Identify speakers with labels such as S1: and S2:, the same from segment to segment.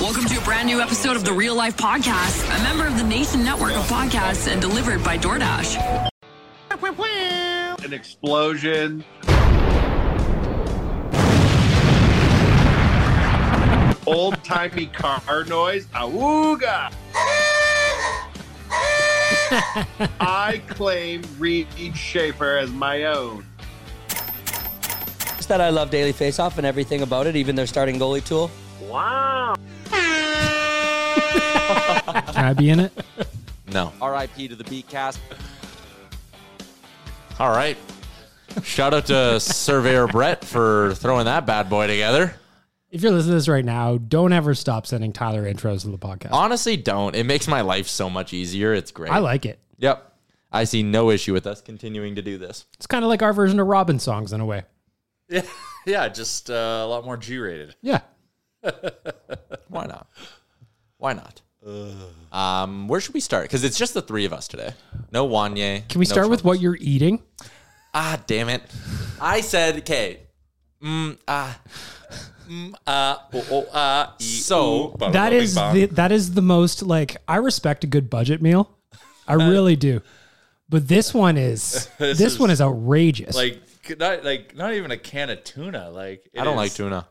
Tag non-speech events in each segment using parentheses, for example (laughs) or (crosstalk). S1: Welcome to a brand new episode of the Real Life Podcast, a member of the Nation Network of Podcasts and delivered by DoorDash.
S2: an explosion. Old timey car noise. Awooga! I claim Reed Schaefer as my own.
S3: Just that I love Daily Faceoff and everything about it, even their starting goalie tool.
S4: Can I be in it?
S5: No.
S6: RIP to the Beatcast.
S5: All right. Shout out to Surveyor Brett for throwing that bad boy together.
S4: If you're listening to this right now, don't ever stop sending Tyler intros to the podcast.
S5: Honestly, don't. It makes my life so much easier. It's great.
S4: I like it.
S5: Yep. I see no issue with us continuing to do this.
S4: It's kind of like our version of Robin songs in a way.
S7: Yeah, just uh, a lot more G rated.
S4: Yeah.
S5: (laughs) Why not? Why not? Um, where should we start? Because it's just the three of us today. No Wanye.
S4: Can we
S5: no
S4: start with
S5: Trump.
S4: what you're eating?
S5: Ah, damn it! I said, okay. Mm, ah,
S7: Oh, oh, uh, e-
S5: so
S7: bada
S4: That
S7: bada bing
S4: is
S7: bong.
S4: the that is the most like I respect a good budget meal.
S7: (laughs)
S4: I really do. But this one is this, one is outrageous.
S7: like not like not even a can of tuna. Like it
S5: I don't like
S7: is-
S5: tuna.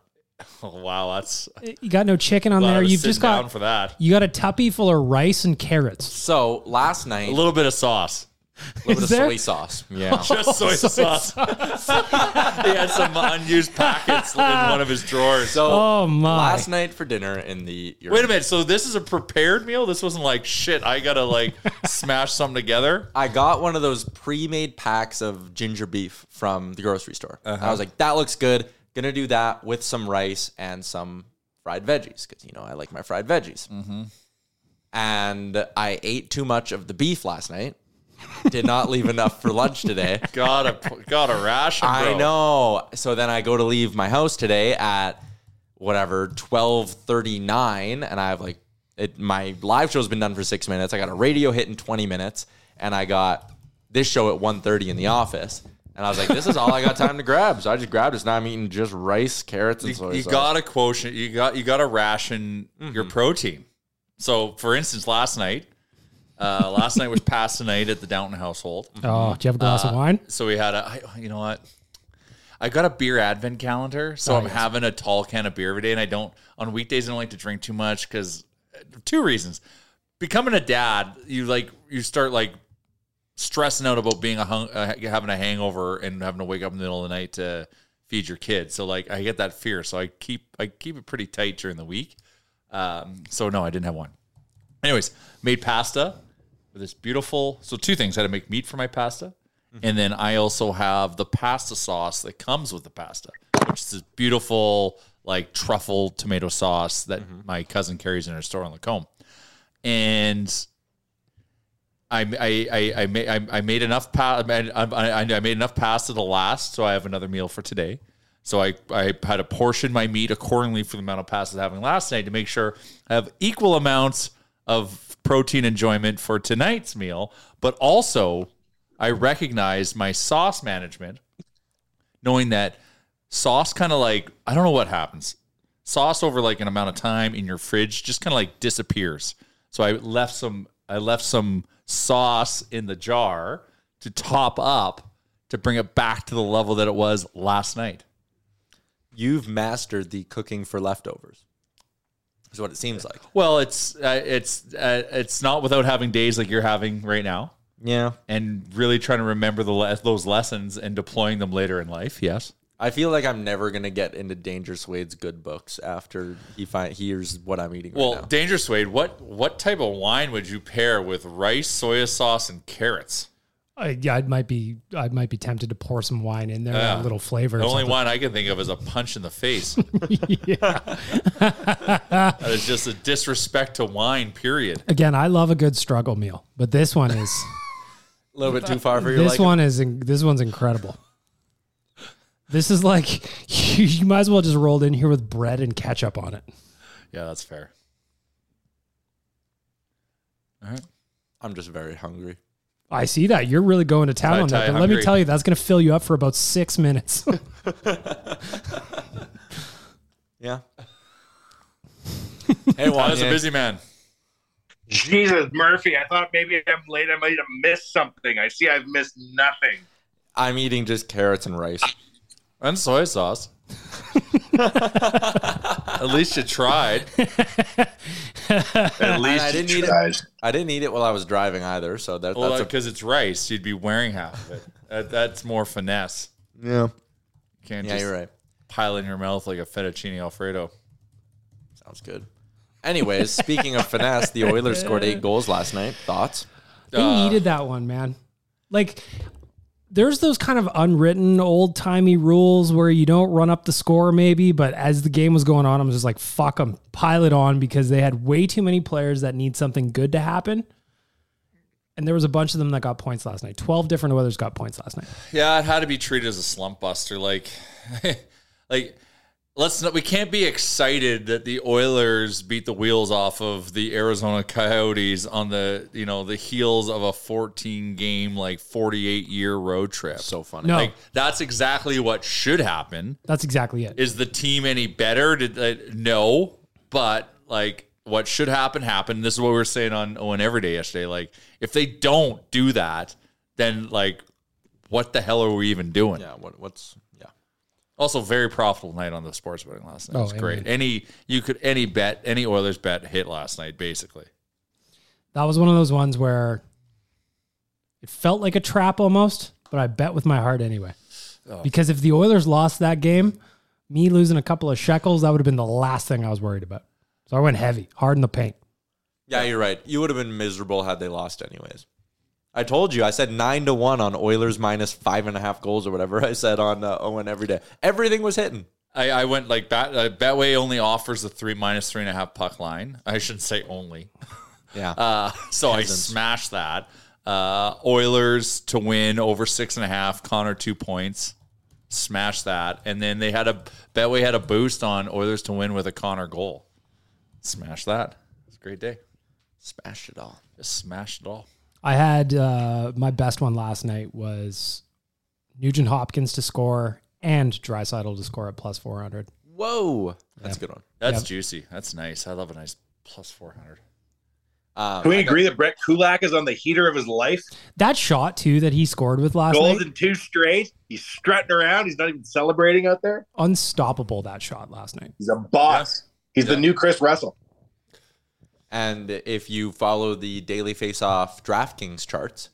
S7: Oh, wow, that's
S4: you got no chicken on
S7: wow,
S4: there.
S7: to
S4: You've
S7: sit
S4: just
S7: down
S4: got
S7: for that.
S4: you got a tuppy full of rice and carrots.
S5: So last night,
S7: A little bit of sauce,
S5: a little bit of
S4: Is there-
S5: soy sauce. Yeah.
S7: (laughs) just
S5: (laughs)
S7: soy, sauce. (laughs) he had some unused packets in one of his drawers.
S5: So
S4: Oh my.
S5: last night for dinner in the
S7: Wait a minute. So this is a prepared meal. This wasn't like shit. I gotta
S5: (laughs)
S7: like smash some together.
S5: I got one of those pre-made packs of ginger beef from the grocery store.
S7: Uh-huh.
S5: I was like, that looks good. Gonna do that with some rice and some fried veggies because you know I like my fried veggies.
S7: Mm-hmm.
S5: And I ate too much of the beef last night. Did not leave enough for lunch today.
S7: (laughs) Gotta gotta ration.
S5: I
S7: bro.
S5: know. So then I go to leave my house today at whatever twelve thirty nine, and I have like it, my live show's been done for six minutes. I got a radio hit in twenty minutes, and I got this show at one thirty in the office. And I was like, this is all I got time to grab. So I just grabbed it. So now I'm eating just rice, carrots, and
S7: you,
S5: soy
S7: you
S5: sauce.
S7: got a quotient. You got you got to ration
S4: Mm-hmm.
S7: your protein. So, for instance, last night, uh, last night was pasta night at the Downton household.
S4: (laughs)
S7: Uh,
S4: oh, do you have a glass of wine?
S7: So we had a. I, you know what? I got a beer advent calendar,
S4: Oh,
S7: so I'm having a tall can of beer every day, and I don't on weekdays. I don't like to drink too much because two reasons: becoming a dad, you like you start like stressing out about being a hung, uh, having a hangover and having to wake up in the middle of the night to feed your kid. So like I get that fear, so I keep I keep it pretty tight during the week. Um, so no, I didn't have one. Anyways, made pasta with this beautiful. So two things: I had to make meat for my pasta, and then I also have the pasta sauce that comes with the pasta, which is this beautiful like truffle tomato sauce that my cousin carries in her store on Lacombe. And I I I I made I, I made enough pa- I, made- I, I I made enough pasta to last, so I have another meal for today. So I I had to portion my meat accordingly for the amount of pasta I was having last night to make sure I have equal amounts of protein enjoyment for tonight's meal, but also I recognize my sauce management, knowing that sauce kind of like I don't know what happens. Sauce over like an amount of time in your fridge just kind of like disappears. So I left some I left some sauce in the jar to top up to bring it back to the level that it was last night.
S5: You've mastered the cooking for leftovers. Is what it seems like.
S7: Well, it's uh, it's uh, it's not without having days like you're having right now
S5: Yeah.
S7: and really trying to remember the le- those lessons and deploying them later in life. Yes.
S5: I feel like I'm never gonna get into Danger Swade's good books after he find hears what I'm eating.
S7: Well,
S5: right now.
S7: Danger Suede, what what type of wine would you pair with rice, soya sauce, and carrots?
S4: Uh, yeah, I might be I might be tempted to pour some wine in there, and a little flavor. or
S7: The only
S4: something.
S7: wine I can think of is a punch in the
S4: (laughs)
S7: face. that is just a disrespect to wine. Period.
S4: Again, I love a good struggle meal, but this one is
S5: a little bit too far for your
S4: this
S5: liking.
S4: one is in, this one's incredible. This is like (laughs) you, you might as well just rolled in here with bread and ketchup on it.
S7: Yeah, that's fair.
S5: I'm just very hungry.
S4: I see that you're really going to town
S7: Tie,
S4: on that.
S7: tie,
S4: But let me
S7: hungry.
S4: tell you, that's going to fill you up for about six minutes. (laughs)
S5: Yeah. (laughs)
S7: (laughs)
S5: hey,
S7: I was a
S5: Wanye.
S7: busy man.
S2: Jesus, Murphy, I thought maybe I'm late. I might have missed something. I see I've missed nothing.
S5: I'm eating just carrots and rice.
S7: And soy sauce. At least you tried.
S2: At least
S5: I
S2: you
S5: didn't eat it.
S2: tried.
S5: I didn't eat it while I was driving either, so that,
S7: Well, uh,
S5: that's
S7: because it's rice, you'd be wearing half of it. That, that's more finesse.
S5: a, yeah.
S7: You can't
S5: Yeah,
S7: just
S5: you're right.
S7: pile in your mouth like a fettuccine alfredo.
S5: Sounds good. Anyways, speaking of finesse, the Oilers scored eight goals last night. Thoughts?
S4: They needed that one, man. Like, there's those kind of unwritten old timey rules where you don't run up the score, maybe. But as the game was going on, I was just like, fuck them, pile it on because they had way too many players that need something good to happen. And there was a bunch of them that got points last night. 12 different others got points last night.
S7: Yeah, it had to be treated as a slump buster. Like, (laughs) like let's not. We can't be excited that the Oilers beat the wheels off of the Arizona Coyotes on the you know the heels of a 14 game like 48 year road trip.
S5: So funny.
S4: No,
S7: like that's exactly what should happen.
S4: that's exactly it.
S7: Is the team any better? Did uh, no, but like what should happen happened. This is what we were saying on on every day yesterday. Like if they don't do that, then like what the hell are we even doing?
S5: Yeah. Uh, What, what's yeah?
S7: Also, very profitable night on the sports betting last night.
S4: Oh,
S7: it was great.
S4: amen.
S7: Any you could any bet any Oilers bet hit last night basically.
S4: That was one of those ones where it felt like a trap almost, but I bet with my heart anyway. Because if the Oilers lost that game, me losing a couple of shekels, that would have been the last thing I was worried about. So I went heavy, hard in the paint.
S5: Yeah, you're right. You would have been miserable had they lost, anyways. I told you. I said nine to one on Oilers minus five and a half goals or whatever (laughs) I said on uh, Owen every day. Everything was hitting.
S7: I, I went like that. Uh, Betway only offers the three minus three and a half puck line. I shouldn't say only.
S5: Yeah.
S7: Uh, so I smashed that. Uh, Oilers to win over six and a half. Connor two points. Smashed that. And then they had a Betway had a boost on Oilers to win with a Connor goal. Smash that. It's a great day.
S5: Smashed it all.
S7: Just smashed it all.
S4: I had uh, my best one last night was Nugent Hopkins to score and Drysidle to score at plus 400.
S5: Whoa, that's a good one.
S7: That's
S4: Yep.
S7: juicy. That's nice. I love a nice plus four hundred. uh,
S5: Um,
S2: Can we
S5: I got-
S2: agree that Brett Kulak is on the heater of his life?
S4: That shot, too, that he scored with last
S2: Goals
S4: night,
S2: in two straight. He's strutting around. He's not even celebrating out there.
S4: unstoppable, that shot last night.
S2: He's a boss. He's the new Chris Russell.
S5: And if you follow the daily face-off DraftKings charts,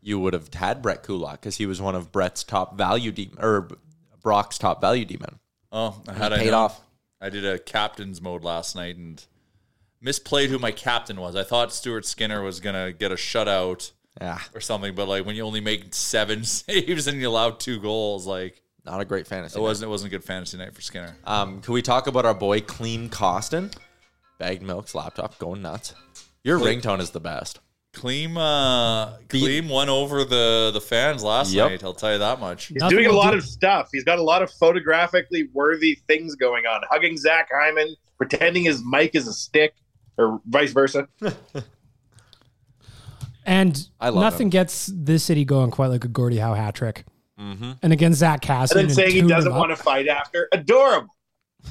S5: you would have had Brett Kulak because he was one of Brett's top value de- or Brock's top value demon.
S7: Oh, I had I
S5: Paid
S7: known-
S5: off.
S7: I did a captain's mode last night and misplayed who my captain was. I thought Stuart Skinner was gonna get a shutout
S5: Yeah.
S7: or something, but like when you only make seven (laughs) saves and you allow two goals, like
S5: Not a great fantasy.
S7: it wasn't it wasn't a good fantasy night for Skinner.
S5: Um, can we talk about our boy Clean Costin? Bagged Milk's laptop going nuts. Your ringtone is the best.
S7: Kleem uh Kleem won over the the fans last
S5: Yep.
S7: night, I'll tell you that much.
S2: He's
S4: Nothing
S2: doing a
S4: will
S2: lot
S4: do-
S2: of stuff. He's got a lot of photographically worthy things going on. Hugging Zach Hyman, pretending his mic is a stick, or vice versa.
S4: And
S5: I love
S4: nothing
S5: him.
S4: gets this city going quite like a Gordie Howe hat trick.
S7: Mm-hmm.
S4: And against Zach Cassidy.
S2: And then saying he doesn't want to fight after. Adorable.
S4: to.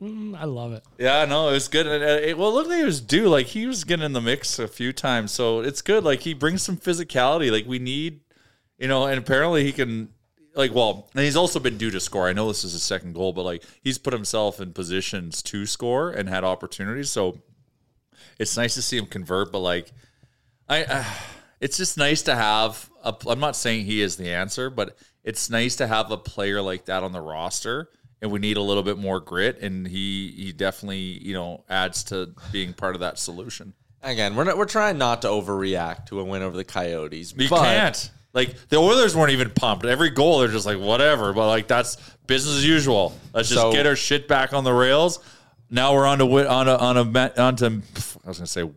S4: mm, I love it.
S7: Yeah, no, it was good. And, uh, it, well, look, he was due. Like he was getting in the mix a few times, so it's good. Like he brings some physicality. Like we need, you know. And apparently he can, like, well, and he's also been due to score. I know this is his second goal, but like he's put himself in positions to score and had opportunities. So it's nice to see him convert. But like, I, uh, it's just nice to have. A, I'm not saying he is the answer, but it's nice to have a player like that on the roster. And we need a little bit more grit, and he he definitely you know adds to being part of that solution.
S5: Again, we're not, we're trying not to overreact to a win over the Coyotes.
S7: You
S5: but
S7: can't like the Oilers weren't even pumped. Every goal they're just like whatever, but like that's business as usual. Let's just
S5: So-
S7: get our shit back on the rails. Now we're on to wi- on a on a ma- on to I was gonna say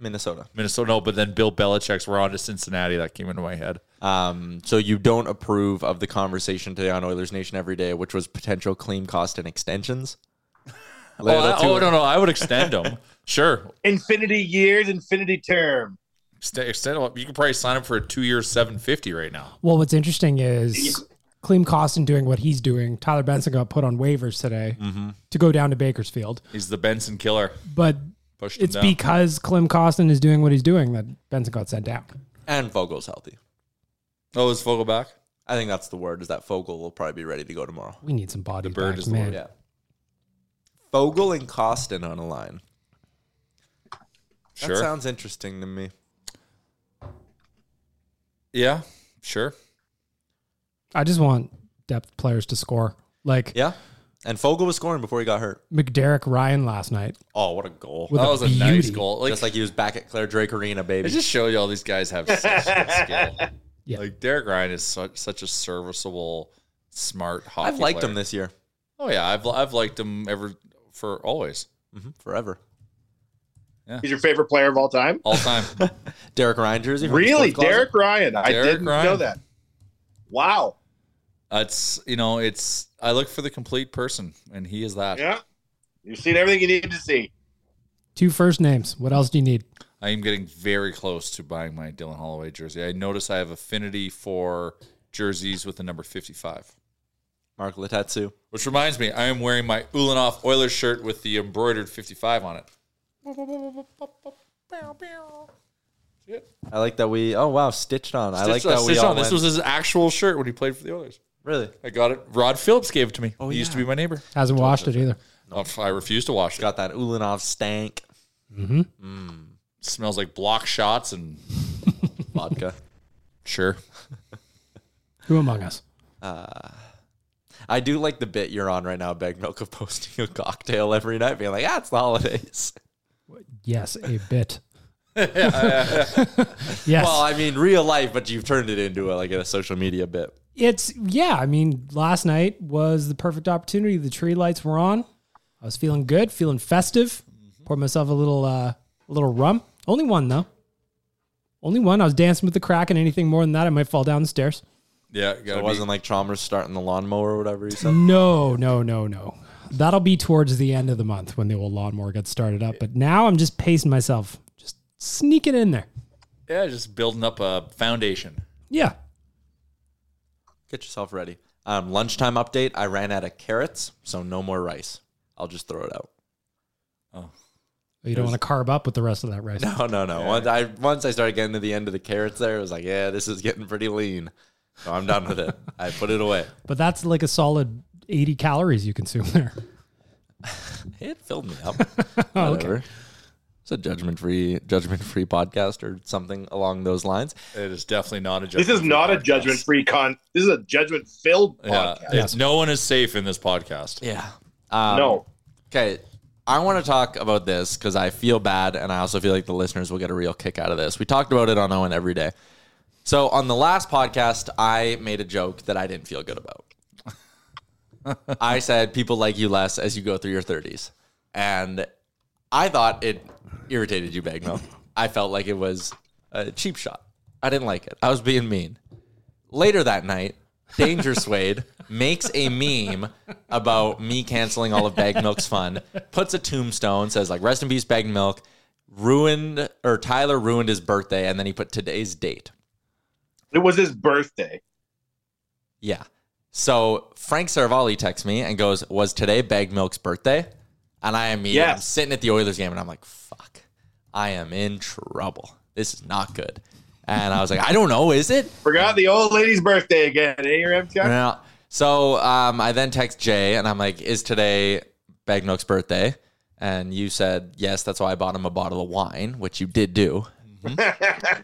S5: Minnesota.
S7: Minnesota, no, but then Bill Belichick's we're on to Cincinnati. That came into my head.
S5: Um, so you don't approve of the conversation today on Oilers Nation every day, which was potential claim cost and extensions. (laughs)
S7: Oh,
S5: Later
S7: I-
S5: to-
S7: oh, no, no, I would extend them. sure,
S2: Infinity years, infinity term.
S7: extend, extend 'em. You could probably sign him for a two-year seven fifty right now.
S4: Well, what's interesting is Clem Costin doing what he's doing. Tyler Benson got put on waivers today
S7: Mm-hmm.
S4: to go down to Bakersfield.
S7: He's the Benson killer.
S4: But
S7: Pushed him
S4: it's
S7: down.
S4: because Clem Costin is doing what he's doing that Benson got sent down.
S5: And Vogel's healthy.
S7: oh, is Vogel back?
S5: I think that's the word. Is that Vogel will probably be ready to go tomorrow.
S4: We need some body.
S7: The bird
S4: back,
S7: is the
S4: man.
S7: word,
S5: Yeah. Vogel and Costin on a line.
S7: Sure.
S5: That sounds interesting to me.
S7: yeah, sure.
S4: I just want depth players to score. Like
S5: Yeah. And Fogel was scoring before he got hurt.
S4: McDerrick Ryan last night.
S5: Oh, what a goal.
S4: With
S7: that
S4: a
S7: was a nice
S4: beauty.
S7: goal. Like,
S5: Just like he was back at Claire Drake Arena,
S7: It
S5: baby.
S7: just shows you all these guys have such good skill.
S4: Yeah.
S7: Like Derek Ryan is such, such a serviceable, smart hockey.
S5: I've liked
S7: player.
S5: him this year.
S7: Oh yeah, I've I've liked him ever for always,
S5: hmm Forever.
S2: He's your favorite player of all time?
S7: all time.
S5: Derek Ryan jersey. from the
S2: Really?
S5: Sports Closet?
S2: Derek Ryan. I
S7: Derek
S2: didn't
S7: Ryan.
S2: know that. Wow.
S7: Uh, it's you know it's I look for the complete person, and he is that.
S2: Yeah. You've seen everything you need to see.
S4: Two first names. What else do you need?
S7: I am getting very close to buying my Dylan Holloway jersey. I notice I have affinity for jerseys with the number fifty-five.
S5: Mark Letatsu.
S7: Which reminds me, I am wearing my Ulanoff Oilers shirt with the embroidered 55 on it.
S5: I like that we. Oh wow, stitched on. I like
S7: Stitch- uh,
S5: that we
S7: Stitch
S5: all.
S7: on. This
S5: went-
S7: was his actual shirt when he played for the Oilers.
S5: really
S7: I got it. Rod Phillips gave it to me.
S5: Oh,
S7: he used to be my neighbor.
S4: Hasn't washed it either.
S7: Oh, I refuse to wash it.
S5: got that Ulanov stank
S7: It Smells like block shots and (laughs)
S5: vodka.
S7: sure.
S4: Who among us?
S5: I do like the bit you're on right now, Beg Milk, of posting a cocktail every night, being like, ah, it's the holidays.
S4: Yes, a
S5: (laughs)
S4: bit. yes.
S5: Well, I mean, real life, but you've turned it into a, like a social media bit.
S4: it's yeah, I mean, last night was the perfect opportunity. The tree lights were on. I was feeling good, feeling festive.
S5: Mm-hmm.
S4: Poured myself a little uh a little rum. Only one though. Only one. I was dancing with the crack and anything more than that I might fall down the stairs.
S7: Yeah, gotta
S5: It
S7: be-
S5: wasn't like Chalmers starting the lawnmower or whatever he said.
S4: No, no, no, no. That'll be towards the end of the month when the old lawnmower gets started up. But now I'm just pacing myself, just sneaking in there.
S7: Yeah, just building up a foundation.
S4: Yeah.
S5: Get yourself ready. Um, lunchtime update. I ran out of carrots, so no more rice. I'll just throw it out.
S4: You don't want to carb up with the rest of that rice.
S5: Oh, No, no, no. Once I once I started getting to the end of the carrots, there, it was like, yeah, this is getting pretty lean. So I'm done (laughs) with it. I put it away.
S4: But that's like a solid 80 calories you consume
S5: (laughs)
S4: there.
S5: It filled me up. (laughs)
S4: Oh,
S5: Whatever. It's a judgment free judgment free podcast or something along those lines.
S7: It is definitely not a judgment.
S2: This is not a judgment free con. This is a judgment filled
S7: Yeah,
S2: podcast.
S7: it's, no one is safe in this podcast.
S5: Yeah.
S2: no.
S5: Okay. I want to talk about this because I feel bad, and I also feel like the listeners will get a real kick out of this. We talked about it on Owen every day. So on the last podcast, I made a joke that I didn't feel good about. I said people like you less as you go through your 30s, and I thought it irritated you, Bagno. I felt like it was a cheap shot. I didn't like it. I was being mean. Later that night, Danger Suede makes a meme about me canceling all of Bag Milk's fun, puts a tombstone, says like rest in peace, Bag Milk, ruined or Tyler ruined his birthday, and then he put today's date.
S2: It was his birthday.
S5: Yeah. So Frank Cervalli texts me and goes, Was today Bag Milk's birthday? And I immediately I'm
S2: Yes.
S5: sitting at the Oilers game and I'm like, fuck, I am in trouble. This is not good. And I was like, I don't know, is it?
S2: Forgot the old lady's birthday again. Eh, your MChat?
S8: Uh,
S5: Yeah. So um, I then text Jay and I'm like, "Is today Bagnook's birthday?" And you said yes. That's why I bought him a bottle of wine, which you did do.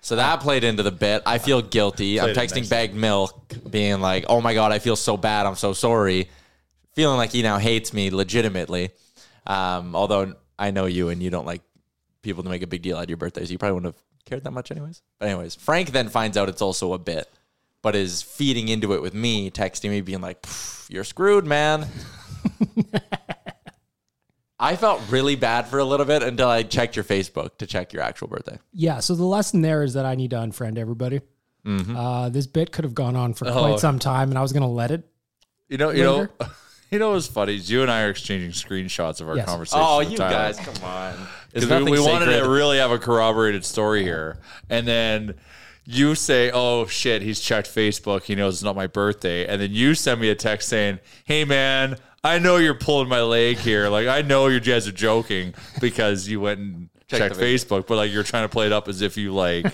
S5: so that played into the bit. I feel guilty. I'm
S7: Played it
S5: texting
S7: nice.
S5: Bag Milk, being like, "Oh my god, I feel so bad. I'm so sorry." Feeling like he now hates me legitimately. Um, although I know you and you don't like people to make a big deal out of your birthday, so you probably wouldn't have cared that much, anyways. But anyways, Frank then finds out it's also a bit, but is feeding into it with me, texting me, being like, "Pff, "You're screwed, (laughs) man." I felt really bad for a little bit until I checked your Facebook to check your actual birthday.
S4: Yeah. So the lesson there is that I need to unfriend everybody.
S5: Mm-hmm.
S4: Uh, this bit could have gone on for
S7: Oh.
S4: quite some time, and I was going to let it.
S7: You know, you
S4: Later.
S7: know, (laughs) you know. What's funny is you and I are exchanging screenshots of our
S4: Yes.
S7: conversation.
S5: Oh,
S7: with
S5: you
S7: Tyler.
S5: guys, come on!
S7: Because
S5: It's
S7: we,
S5: nothing
S7: we wanted
S5: sacred.
S7: to really have a corroborated story here. And then you say, oh, shit, he's checked Facebook. He knows it's not my birthday. And then you send me a text saying, hey, man, I know you're pulling my leg here. Like, I know you guys are joking because you went and
S5: Check
S7: checked
S5: the video.
S7: Facebook. But, like, you're trying to play it up as if you, like,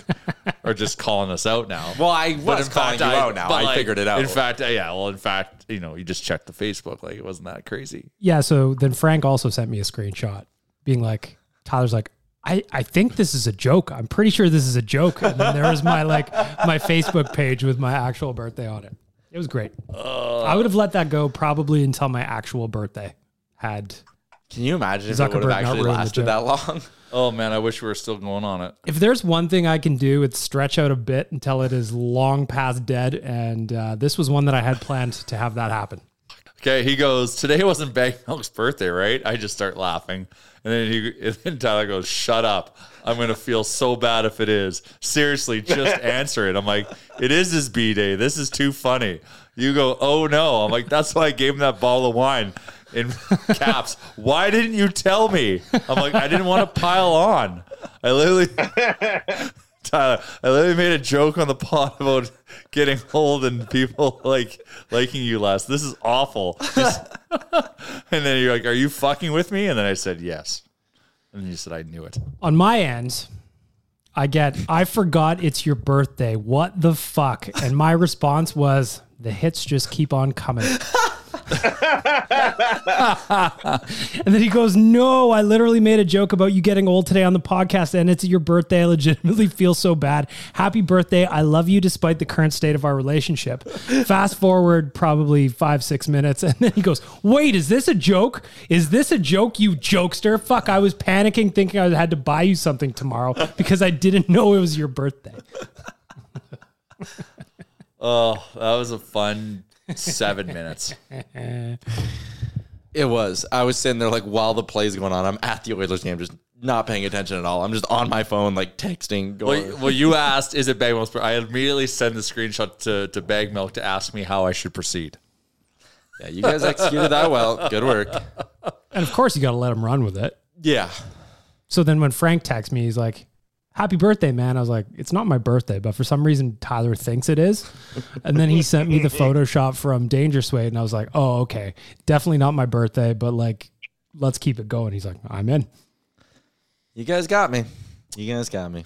S7: are just calling us out now.
S5: Well, I
S7: But
S5: was
S7: in
S5: calling
S7: fact,
S5: you
S7: I-
S5: out now.
S7: but,
S5: I
S7: like,
S5: figured it out.
S7: In fact, yeah. Well, in fact, you know, you just checked the Facebook. Like, it wasn't that crazy.
S4: Yeah. So then Frank also sent me a screenshot, being like, "Tyler's like, I I think this is a joke. I'm pretty sure this is a joke." And then there was my like my Facebook page with my actual birthday on it. It was great.
S5: Oh.
S4: I would have let that go probably until my actual birthday had.
S5: Can you imagine if it would have
S4: Zuckerberg not
S5: actually
S4: ruined the
S5: lasted
S4: joke.
S5: that long?
S7: Oh, man, I wish we were still going on it.
S4: If there's one thing I can do, it's stretch out a bit until it is long past dead. And uh, this was one that I had planned to have that happen.
S7: Okay, he goes, Today wasn't Bang Milk's birthday, right? I just start laughing. And then he (laughs) and then Tyler goes, Shut up. I'm gonna feel so bad if it is. Seriously,
S5: (laughs)
S7: just answer it. I'm like, it is his B day. This is too funny. You go, oh no. I'm like, that's why I gave him that bottle of wine in (laughs) caps. Why didn't you tell me? I'm like, I didn't want to pile on. I literally Tyler, I literally made a joke on the pod about getting old and people like liking you less. This is awful. Just- (laughs) and then you're like, "Are you fucking with me?" And then I said, "Yes." And you said, "I knew it."
S4: on my end, I get, I forgot it's your birthday. What the fuck? And my response was, the hits just keep on coming. and then he goes, No, I literally made a joke about you getting old today on the podcast, and it's your birthday. I legitimately (laughs) feel so bad. Happy birthday. I love you despite the current state of our relationship. Fast forward probably five, six minutes, and then he goes, Wait, is this a joke? Is this a joke, you jokester? Fuck, I was panicking thinking I had to buy you something tomorrow because I didn't know it was your birthday.
S7: Oh, that was a fun
S5: (laughs)
S7: seven minutes.
S5: It was. I was sitting there like while the play's going on. I'm at the Oilers game, just not paying attention at all. I'm just on my phone, like texting. Going,
S7: Well, well, you asked, "Is it bag milk?" I immediately send the screenshot to to bag milk to ask me how I should proceed.
S5: yeah, you guys executed that well. Good work.
S4: And of course, you got to let him run with it.
S5: Yeah.
S4: So then when Frank texts me, he's like, Happy birthday, man. I was like, It's not my birthday, but for some reason, Tyler thinks it is. And then he sent me the Photoshop from Danger Suede, and I was like, Oh, okay. Definitely not my birthday, but like, let's keep it going. He's like, I'm in.
S5: You guys got me. You guys got me.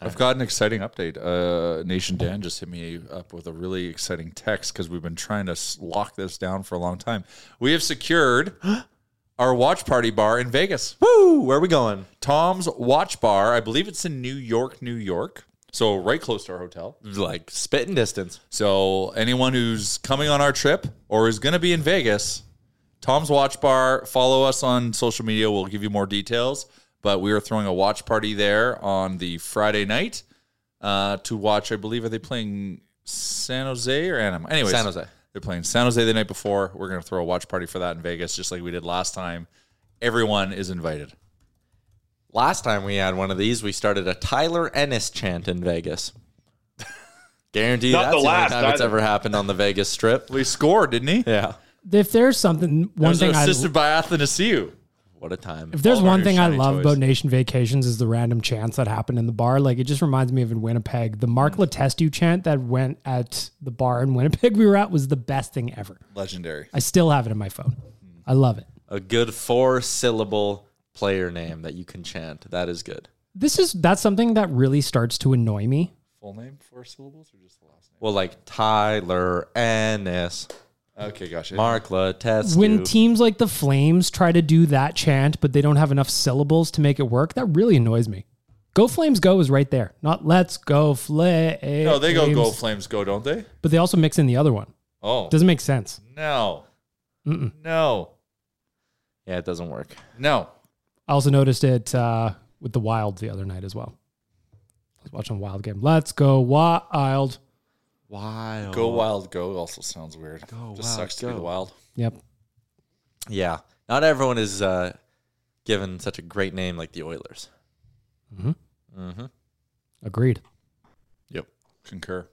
S7: I've got an exciting update. Uh, Nation Dan just hit me up with a really exciting text because we've been trying to s- lock this down for a long time. We have secured (gasps) our watch party bar in Vegas.
S5: Woo! Where are we going?
S7: Tom's Watch Bar. I believe it's in New York, New York. So right close to our hotel.
S5: Like spitting distance.
S7: So anyone who's coming on our trip or is going to be in Vegas, Tom's Watch Bar. Follow us on social media. We'll give you more details. But we are throwing a watch party there on the Friday night uh, to watch. I believe are they playing San Jose or Anaheim? Anyways,
S5: San Jose.
S7: They're playing San Jose the night before. We're going to throw a watch party for that in Vegas, just like we did last time. Everyone is invited.
S5: (laughs) Last time we had one of these, we started a Tyler Ennis chant in (laughs) Vegas. Guarantee
S2: Not
S5: that's
S2: the
S5: the,
S2: last
S5: only time it's
S2: either.
S5: ever happened on the Vegas Strip.
S7: Well, he scored, didn't he?
S5: Yeah.
S4: If there's something,
S7: That
S4: one
S7: was
S4: thing I
S7: assisted by Athanasiu.
S5: What a time.
S4: If there's
S7: All
S4: one
S7: of your
S4: thing I
S7: shiny
S4: love
S7: toys.
S4: about Nation Vacations is the random chants that happen in the bar. Like it just reminds me of in Winnipeg, the Mark Letestu chant that went at the bar in Winnipeg we were at was the best thing ever.
S7: Legendary.
S4: I still have it in my phone. I love it.
S5: A good four syllable player name that you can chant. That is good.
S4: This is that's something that really starts to annoy me.
S7: Full name, four syllables, or just the last
S5: Well, like Tyler Ennis,
S7: name? Okay, gosh.
S5: Mark Letestu.
S4: When teams like the Flames try to do that chant, but they don't have enough syllables to make it work, that really annoys me. Go Flames Go is right there. Not let's go Flames.
S7: No, they go go flames go, don't they?
S4: But they also mix in the other one.
S7: Oh
S4: Doesn't make sense.
S7: no, no,
S5: yeah, it doesn't work.
S7: no.
S4: I also noticed it uh, with the Wild the other night as well. I was watching a Wild game. Let's go Wild.
S5: Wild.
S7: Go wild, go also sounds weird. Go Just
S5: wild,
S7: sucks to be
S5: go.
S7: the wild.
S4: Yep.
S5: Yeah. Not everyone is uh, given such a great name like the Oilers.
S4: Agreed.
S7: Yep, concur.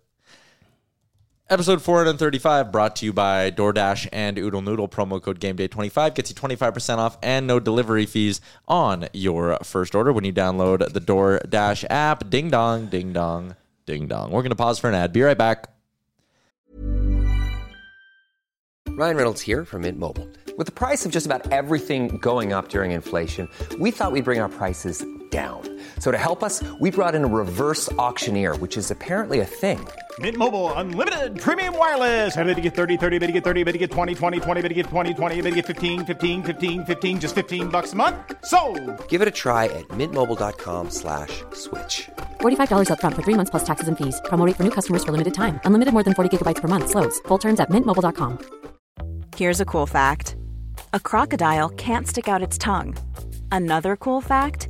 S5: Episode 435 brought to you by DoorDash and Oodle Noodle. Promo code GameDay25 gets you 25% off and no delivery fees on your first order when you download the DoorDash app. Ding dong, ding dong, ding dong. We're going to pause for an ad. Be right back.
S9: Ryan Reynolds here from Mint Mobile.
S6: Mobile. With the price of just about everything going up during inflation, we thought we'd bring our prices down. So to help us, we brought in a reverse auctioneer, which is apparently a thing.
S8: Mint Mobile unlimited premium wireless. Ready to get 30, 30, bit to get 30, bit to get 20, 20, 20, bit to get 20, 20, bit to get 15, 15, 15, 15 just 15 bucks a month. So,
S9: Give it a try at mintmobile.com slash switch.
S10: $45 upfront for three months plus taxes and fees. Promo rate for new customers for limited time. Unlimited more than 40 gigabytes per month. Slows. Full terms at mintmobile.com.
S11: Here's a cool fact a crocodile can't stick out its tongue. Another cool fact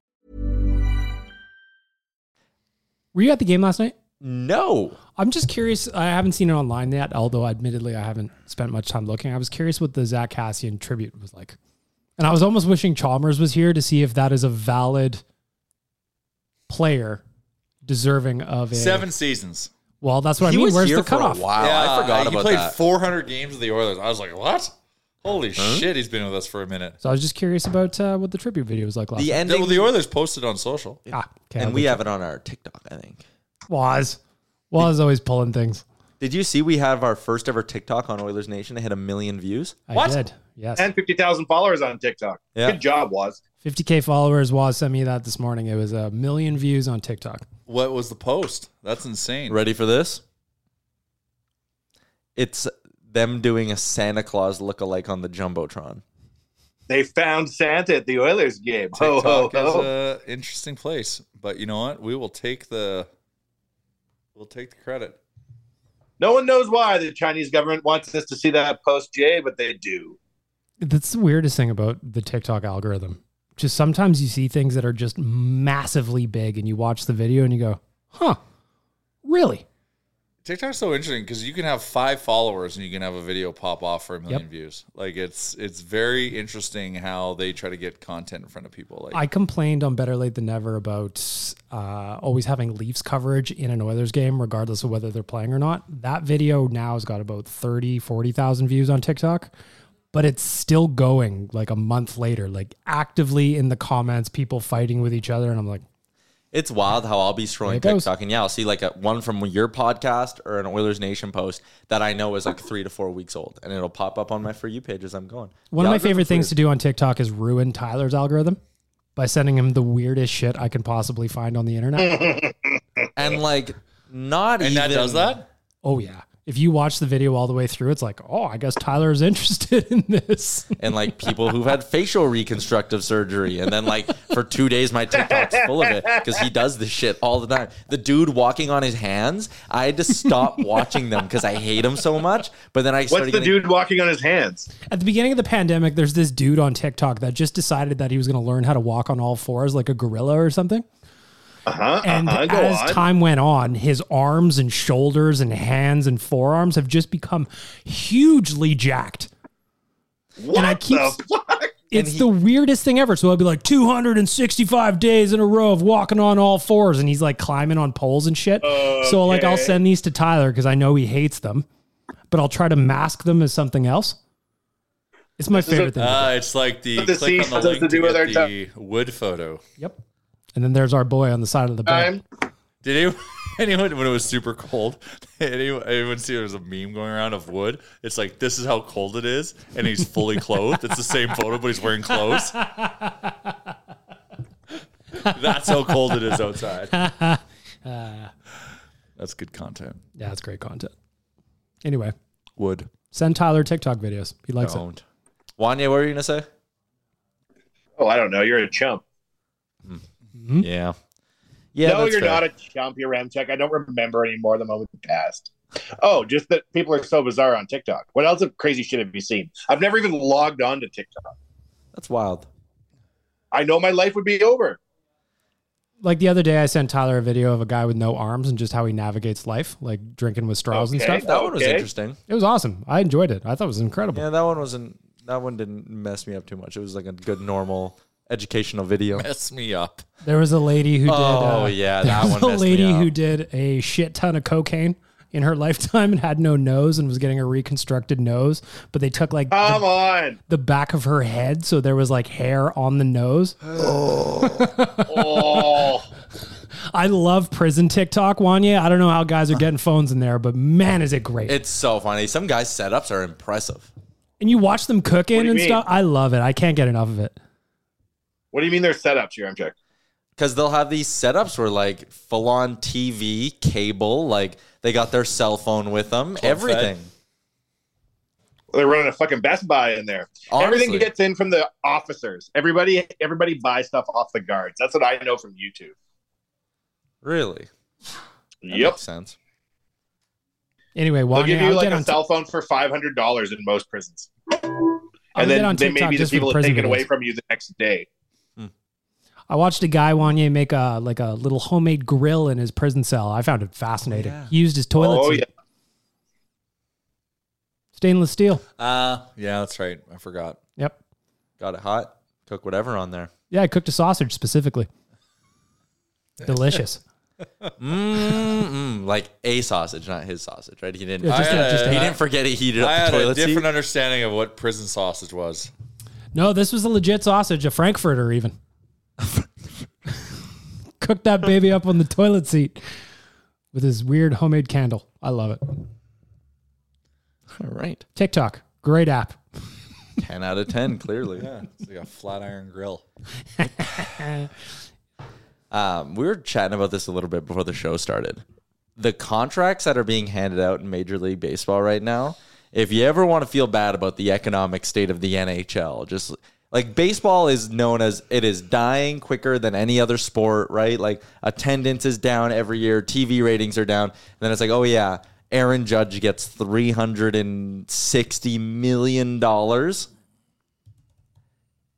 S4: Were you at the game last night?
S5: No.
S4: I'm just curious. I haven't seen it online yet, although admittedly I haven't spent much time looking. I was curious what the Zach Cassian tribute was like. And I was almost wishing Chalmers was here to see if that is a valid player deserving of a
S7: Seven seasons.
S4: Well, that's what I
S5: he
S4: mean.
S5: was
S4: Where's
S5: here
S4: the
S5: for
S4: cutoff?
S5: a while. I forgot
S7: he
S5: about
S7: played
S5: that.
S7: 400 games with the Oilers. I was like, what? Holy shit, he's been with us for a minute.
S4: So I was just curious about uh, what the tribute video was like last
S5: the
S4: night.
S5: ending,
S7: Well, the Oilers posted on social.
S4: Ah, okay,
S5: and we have it on our TikTok, I think.
S4: was was always pulling things.
S5: Did you see we have our first ever TikTok on Oilers Nation? It hit a million views.
S4: I
S7: What?
S4: did. Yes.
S2: and fifty thousand followers on TikTok.
S5: Yeah.
S2: Good job, Waz.
S4: 50k followers. Waz sent me that this morning. It was a million views on TikTok.
S7: What was the post? That's insane.
S5: Ready for this? It's them doing a Santa Claus lookalike on the Jumbotron.
S2: They found Santa at the Oilers game. Ho ho
S7: TikTok is
S4: uh,
S2: ho!
S7: an interesting place, but you know what? We will take the we'll take the credit.
S2: No one knows why the Chinese government wants us to see that post, Jay, but they do.
S4: That's the weirdest thing about the TikTok algorithm. Just sometimes you see things that are just massively big, and you watch the video and you go, "Huh, really?"
S7: TikTok's so interesting because you can have five followers and you can have a video pop off for a million
S4: Yep.
S7: views. Like it's it's very interesting how they try to get content in front of people. Like
S4: I complained on Better Late Than Never about uh, always having Leafs coverage in an Oilers game, regardless of whether they're playing or not. That video now has got about 30, 40,000 views on TikTok, but it's still going like a month later, like actively in the comments, people fighting with each other. And I'm like,
S5: It's wild how I'll be scrolling
S4: There it goes.
S5: TikTok and yeah, I'll see like a, one from your podcast or an Oilers Nation post that I know is like three to four weeks old, and it'll pop up on my for you page as I'm going.
S4: one
S5: The
S4: of my
S5: algorithm
S4: favorite things to
S5: for-
S4: do on TikTok is ruin Tyler's algorithm by sending him the weirdest shit I can possibly find on the
S2: (laughs)
S4: internet.
S5: and like not
S7: And
S5: even
S7: that does that?
S4: oh, yeah. If you watch the video all the way through, it's like, oh, I guess Tyler is (laughs) interested in this.
S5: and like people who've had facial reconstructive surgery. And then like for two days, my TikTok's full of it because he does this shit all the time. The dude walking on his hands, I had to stop watching them because I hate him so much. But then I
S2: What's the
S5: started getting,
S2: dude walking on his hands?
S4: At the beginning of the pandemic, there's this dude on TikTok that just decided that he was going to learn how to walk on all fours like a gorilla or something.
S2: Uh-huh,
S4: And
S2: uh-huh, go
S4: as
S2: on.
S4: time went on, his arms and shoulders and hands and forearms have just become hugely jacked.
S2: What
S4: and I keep,
S2: the (laughs) fuck?
S4: It's the weirdest thing ever. So I'll be like 265 days in a row of walking on all fours, and he's like climbing on poles and shit. So like I'll
S2: Okay.
S4: send these to Tyler because I know he hates them, but I'll try to mask them as something else. It's my
S7: Ah,
S4: favorite thing. to do.
S7: it's like the,
S2: But the
S7: click
S2: seat
S7: on
S2: has to
S7: the link to,
S2: do with
S7: get
S2: our
S7: the wood photo.
S4: Yep. And then there's our boy on the side of the bed.
S7: Did anyone, (laughs) anyone when it was super cold? (laughs) Anyone, anyone see there was a meme going around of wood? It's like this is how cold it is, and he's fully clothed. It's the same photo, but he's wearing clothes. That's how cold it is outside.
S4: uh, yeah,
S7: (laughs) That's good content.
S4: it's great content. Anyway,
S7: Wood.
S4: send Tyler TikTok videos. He likes it.
S5: Don't. Wanya, what were you gonna say?
S2: Oh, I don't know. You're a chump.
S4: Hmm?
S5: Yeah. Yeah,
S2: no,
S5: that's
S2: you're
S5: fair.
S2: not a chump. You're Ramchek. I don't remember anymore. The moment passed. Oh, just that people are so bizarre on TikTok. What else of crazy shit have you seen? I've never even logged on to TikTok.
S5: That's wild.
S2: I know my life would be over.
S4: Like the other day, I sent Tyler a video of a guy with no arms and just how he navigates life, like drinking with straws
S5: Okay,
S4: and
S5: That
S4: stuff.
S5: one was
S2: okay.
S5: interesting.
S4: It was awesome. I enjoyed it. I thought it was incredible.
S5: Yeah, that one wasn't. That one didn't mess me up too much. It was like a good normal educational video.
S7: Mess me up.
S4: There was a lady who did.
S5: Oh,
S4: uh,
S5: yeah,
S4: there
S5: that
S4: was
S5: one
S4: A
S5: messed me
S4: lady who
S5: up.
S4: did a shit ton of cocaine in her (laughs) lifetime and had no nose and was getting a reconstructed nose, but they took like the
S2: Come
S5: (laughs)
S2: on.
S4: the back of her head, so there was like hair on the nose.
S2: Oh,
S4: I love prison TikTok, Wanya. I don't know how guys
S2: (laughs)
S4: are getting phones in there, but man, is it great!
S5: It's so funny. Some guys' setups are impressive.
S4: and you watch them
S2: What do
S4: cooking
S2: you
S4: and
S2: mean?
S4: stuff. I love it. I can't get enough of it.
S2: what do you mean they're setups, your Ramchek?
S5: because they'll have these setups where like full on TV, cable, like they got their cell phone with them, everything.
S2: They're running a fucking Best Buy in there. Everything
S5: Honestly.
S2: gets in from the officers. Everybody, everybody buys stuff off the guards. That's what I know from YouTube.
S5: Really? That
S2: yep,
S5: Makes sense.
S4: Anyway,
S2: they'll
S4: Wanya,
S2: give
S4: I'll
S2: you like
S4: get
S2: a
S4: on
S2: cell phone for five hundred dollars in most prisons,
S4: I'll
S2: and
S4: get on
S2: then they may
S4: TikTok
S2: be the
S4: just for the
S2: people that
S4: prison
S2: take it away
S4: videos.
S2: from you the next day.
S4: I watched a guy Wanye make a like a little homemade grill in his prison cell. I found it fascinating. He used his toilet
S2: Oh
S4: seat,
S2: yeah.
S4: stainless steel.
S7: Uh yeah, that's right. I forgot.
S4: Yep.
S5: Got it hot. Cook whatever on there.
S4: Yeah, I cooked a sausage (laughs) specifically. Delicious.
S5: Mm-mm, like a sausage, not his sausage, right? He didn't.
S4: Yeah,
S7: (laughs)
S4: just-
S7: I had
S4: just-
S7: a-
S5: he didn't (laughs) forget he heated
S7: I
S5: up
S7: had
S5: the
S7: a
S5: toilet
S7: different
S5: seat.
S7: understanding of what prison sausage was.
S4: No, this was a legit sausage, a
S7: (laughs)
S4: frankfurter even. Cooked that baby up on the toilet seat with his weird homemade candle. I love it.
S5: All right,
S4: TikTok, great app.
S5: ten out of ten, clearly.
S7: Yeah, it's like a flat iron grill.
S5: Um, we were chatting about this a little bit before the show started. The contracts that are being handed out in Major League Baseball right now, if you ever want to feel bad about the economic state of the NHL, just like baseball is known as it is dying quicker than any other sport, right? Like attendance is down every year, TV ratings are down. And then it's like, oh yeah, Aaron Judge gets $360 million.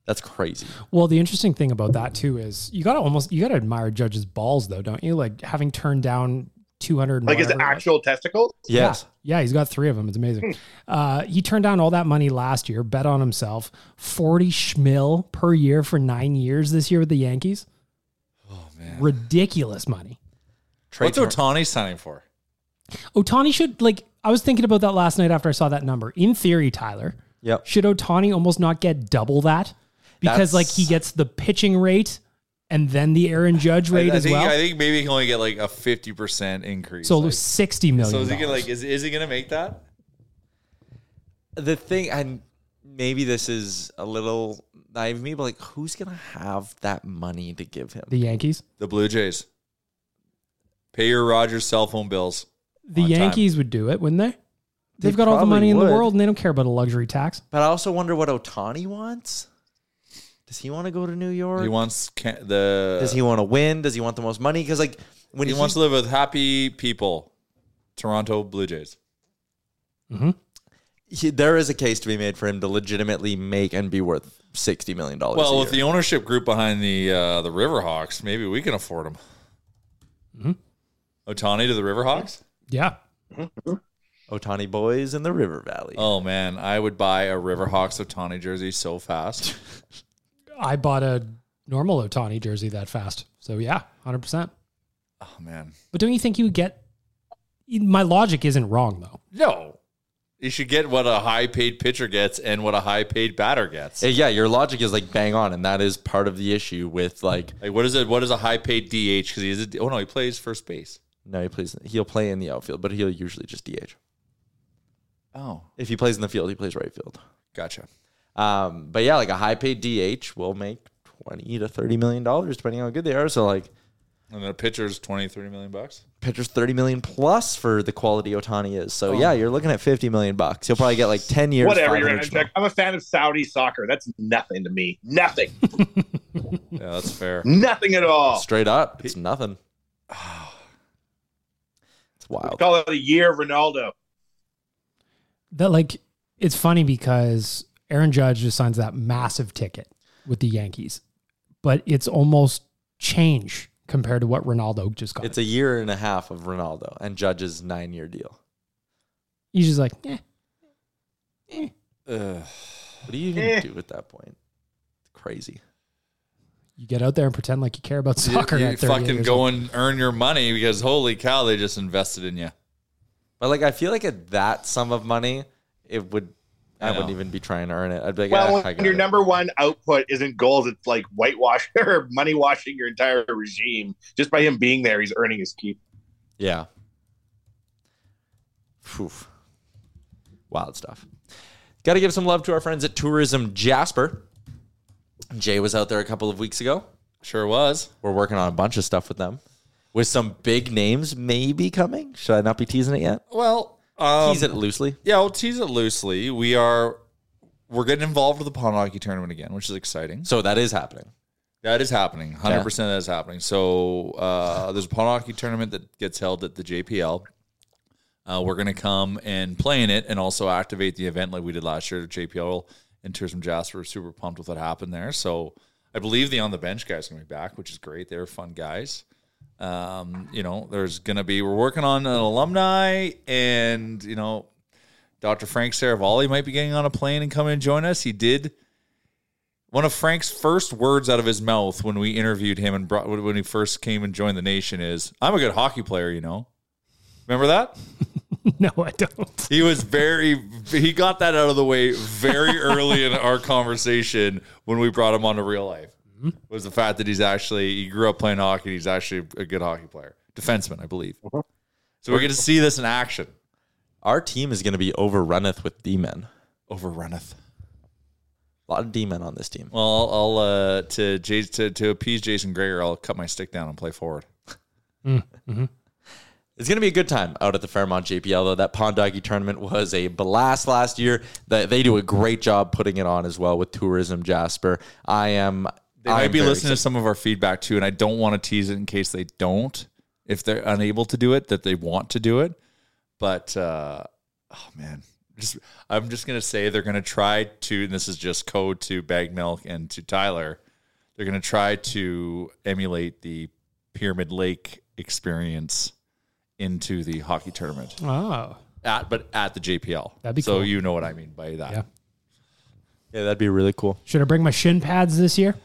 S5: That's crazy.
S4: Well, the interesting thing about that too is you gotta almost you gotta admire Judge's balls though, don't you? Like having turned down 200. and
S2: Like his
S4: whatever it was.
S2: actual testicles?
S4: Yeah. Yeah, he's got three of them. It's
S7: Hmm.
S4: amazing. Uh, he turned down all that money last year, bet on himself, 40 schmil per year for nine years this year with the Yankees. Oh, man. Ridiculous money.
S7: What's Otani signing for?
S4: Otani should, like, I was thinking about that last night after I saw that number. In theory, Tyler,
S7: Yep.
S4: should Otani almost not get double that? Because,
S7: That's-
S4: like, he gets the pitching rate and then the Aaron Judge rate
S7: I, I
S4: as
S7: think,
S4: well.
S7: I think maybe he can only get like a fifty percent increase.
S4: so,
S7: like,
S4: $60 million.
S7: So is he gonna like is, is he gonna make that?
S5: the thing and maybe this is a little naive of me but like who's gonna have that money to give him
S4: the Yankees?
S7: The Blue Jays. Pay your Rogers cell phone bills.
S4: The
S7: on time.
S4: Yankees would do it, wouldn't they? They've got all the
S5: probably
S4: money in
S5: would.
S4: the world and they don't care about a luxury tax.
S5: but i also wonder what otani wants does he want to go to new york
S7: He wants ca- the.
S5: does he want to win does he want the most money because like when
S7: When he, wants to live with happy people, Toronto Blue Jays.
S5: he- there is a case to be made for him to legitimately make and be worth 60 million dollars
S7: Well, with the ownership group behind the uh, the Riverhawks, maybe we can afford him.
S4: Mm-hmm.
S7: Otani to the Riverhawks.
S4: Yeah.
S5: otani boys in the river valley
S7: Oh man, I would buy a Riverhawks Otani jersey so (laughs) fast.
S4: I bought a normal Otani jersey that fast. So yeah, hundred percent.
S7: Oh man,
S4: But don't you think you would get? My logic isn't wrong though.
S7: no. You should get what a high paid pitcher gets and what a high paid batter gets.
S5: Uh, yeah your logic is like bang on and that is part of the issue with like
S7: Like what is it? What is a high paid DH? Because he is a, oh no, he plays first base.
S5: no he plays he'll play in the outfield but he'll usually just dh
S7: Oh,
S5: if he plays in the field he plays right field
S7: gotcha.
S5: Um, but yeah, like a high paid DH will make twenty to thirty million dollars depending on how good they are. So like
S7: And a pitcher's 20, 30 million bucks.
S5: pitchers thirty million plus for the quality Otani is. So yeah, you're looking at fifty million bucks. You'll probably get like ten years.
S2: Whatever. You're
S5: 500
S2: gonna check. I'm a fan of Saudi soccer. That's nothing to me. Nothing.
S7: Yeah, that's fair. (laughs)
S2: nothing at all.
S5: Straight up, it's
S4: (sighs)
S5: nothing. It's wild.
S2: Call it a year of Ronaldo.
S4: That like it's funny because Aaron Judge just signs that massive ticket with the Yankees, but it's almost change compared to what Ronaldo just got.
S5: It's a year and a half of Ronaldo and Judge's nine year deal.
S4: He's just like, eh.
S7: Ugh.
S5: What do you
S4: Eh.
S5: even do at that point? Crazy.
S4: you get out there and pretend like you care about soccer.
S7: You,
S4: at
S7: you
S4: 38
S7: fucking
S4: years
S7: go
S4: old.
S7: and earn your money because holy cow, they just invested in you.
S5: But like I feel like at that sum of money, it would I,
S7: I know.
S5: wouldn't even be trying to earn it. I'd be like,
S2: Well,
S5: "Ah, I
S2: when
S5: got
S2: your
S5: it."
S2: number one output isn't goals, it's like whitewash (laughs) or money washing your entire regime. Just by him being there, he's earning his keep.
S5: Yeah. Phew. Wild stuff. Got to give some love to our friends at Tourism Jasper. Jay was out there a couple of weeks ago.
S7: Sure was.
S5: We're working on a bunch of stuff with them, with some big names maybe coming. Should I not be teasing it yet?
S7: Well, um,
S5: Tease it loosely.
S7: Yeah, we'll tease it loosely. We are we're getting involved with the pond hockey tournament again, which is exciting.
S5: So that is happening.
S7: That is happening. Hundred percent, that is happening. So uh, there's a pond hockey tournament that gets held at the JPL. Uh, we're going to come and play in it, and also activate the event like we did last year at JPL and Tourism Jasper. We're Super pumped with what happened there. So I believe the on the bench guys are going to be back, which is great. They're fun guys. Um, you know, there's going to be we're working on an alumni, and you know, Dr. Frank Saravalli might be getting on a plane and coming and join us. He did one of Frank's first words out of his mouth when we interviewed him and brought when he first came and joined the nation is, "I'm a good hockey player," you know. Remember that?
S4: (laughs) no, I don't.
S7: He was very he got that out of the way very early in our conversation when we brought him on to real life. Was the fact that he's actually he grew up playing hockey, he's actually a good hockey player. Defenseman, I believe. So we're gonna see this in action.
S5: Our team is going to be overrunneth with D men.
S7: Overrunneth.
S5: A lot of D men on this team.
S7: Well, I'll, I'll uh, to, J- to to appease Jason Greger, I'll cut my stick down and play forward.
S5: It's going to be a good time out at the Fairmont JPL, though. That Pond Doggy tournament was a blast last year. They, they do a great job putting it on as well with Tourism Jasper. I am.
S7: They might
S5: I'm
S7: be
S5: very
S7: listening to some of our feedback too, and I don't want to tease it in case they don't. If they're unable to do it, that they want to do it, but uh, oh man, just I'm just gonna say they're gonna try to. And this is just code to Bag Milk and to Tyler. They're gonna try to emulate the Pyramid Lake experience into the hockey tournament.
S4: Oh.
S7: At, but at the JPL.
S4: That'd be
S7: so
S4: cool.
S7: you know what I mean by that.
S4: Yeah.
S5: Yeah, that'd be really cool.
S4: Should I bring my shin pads this year?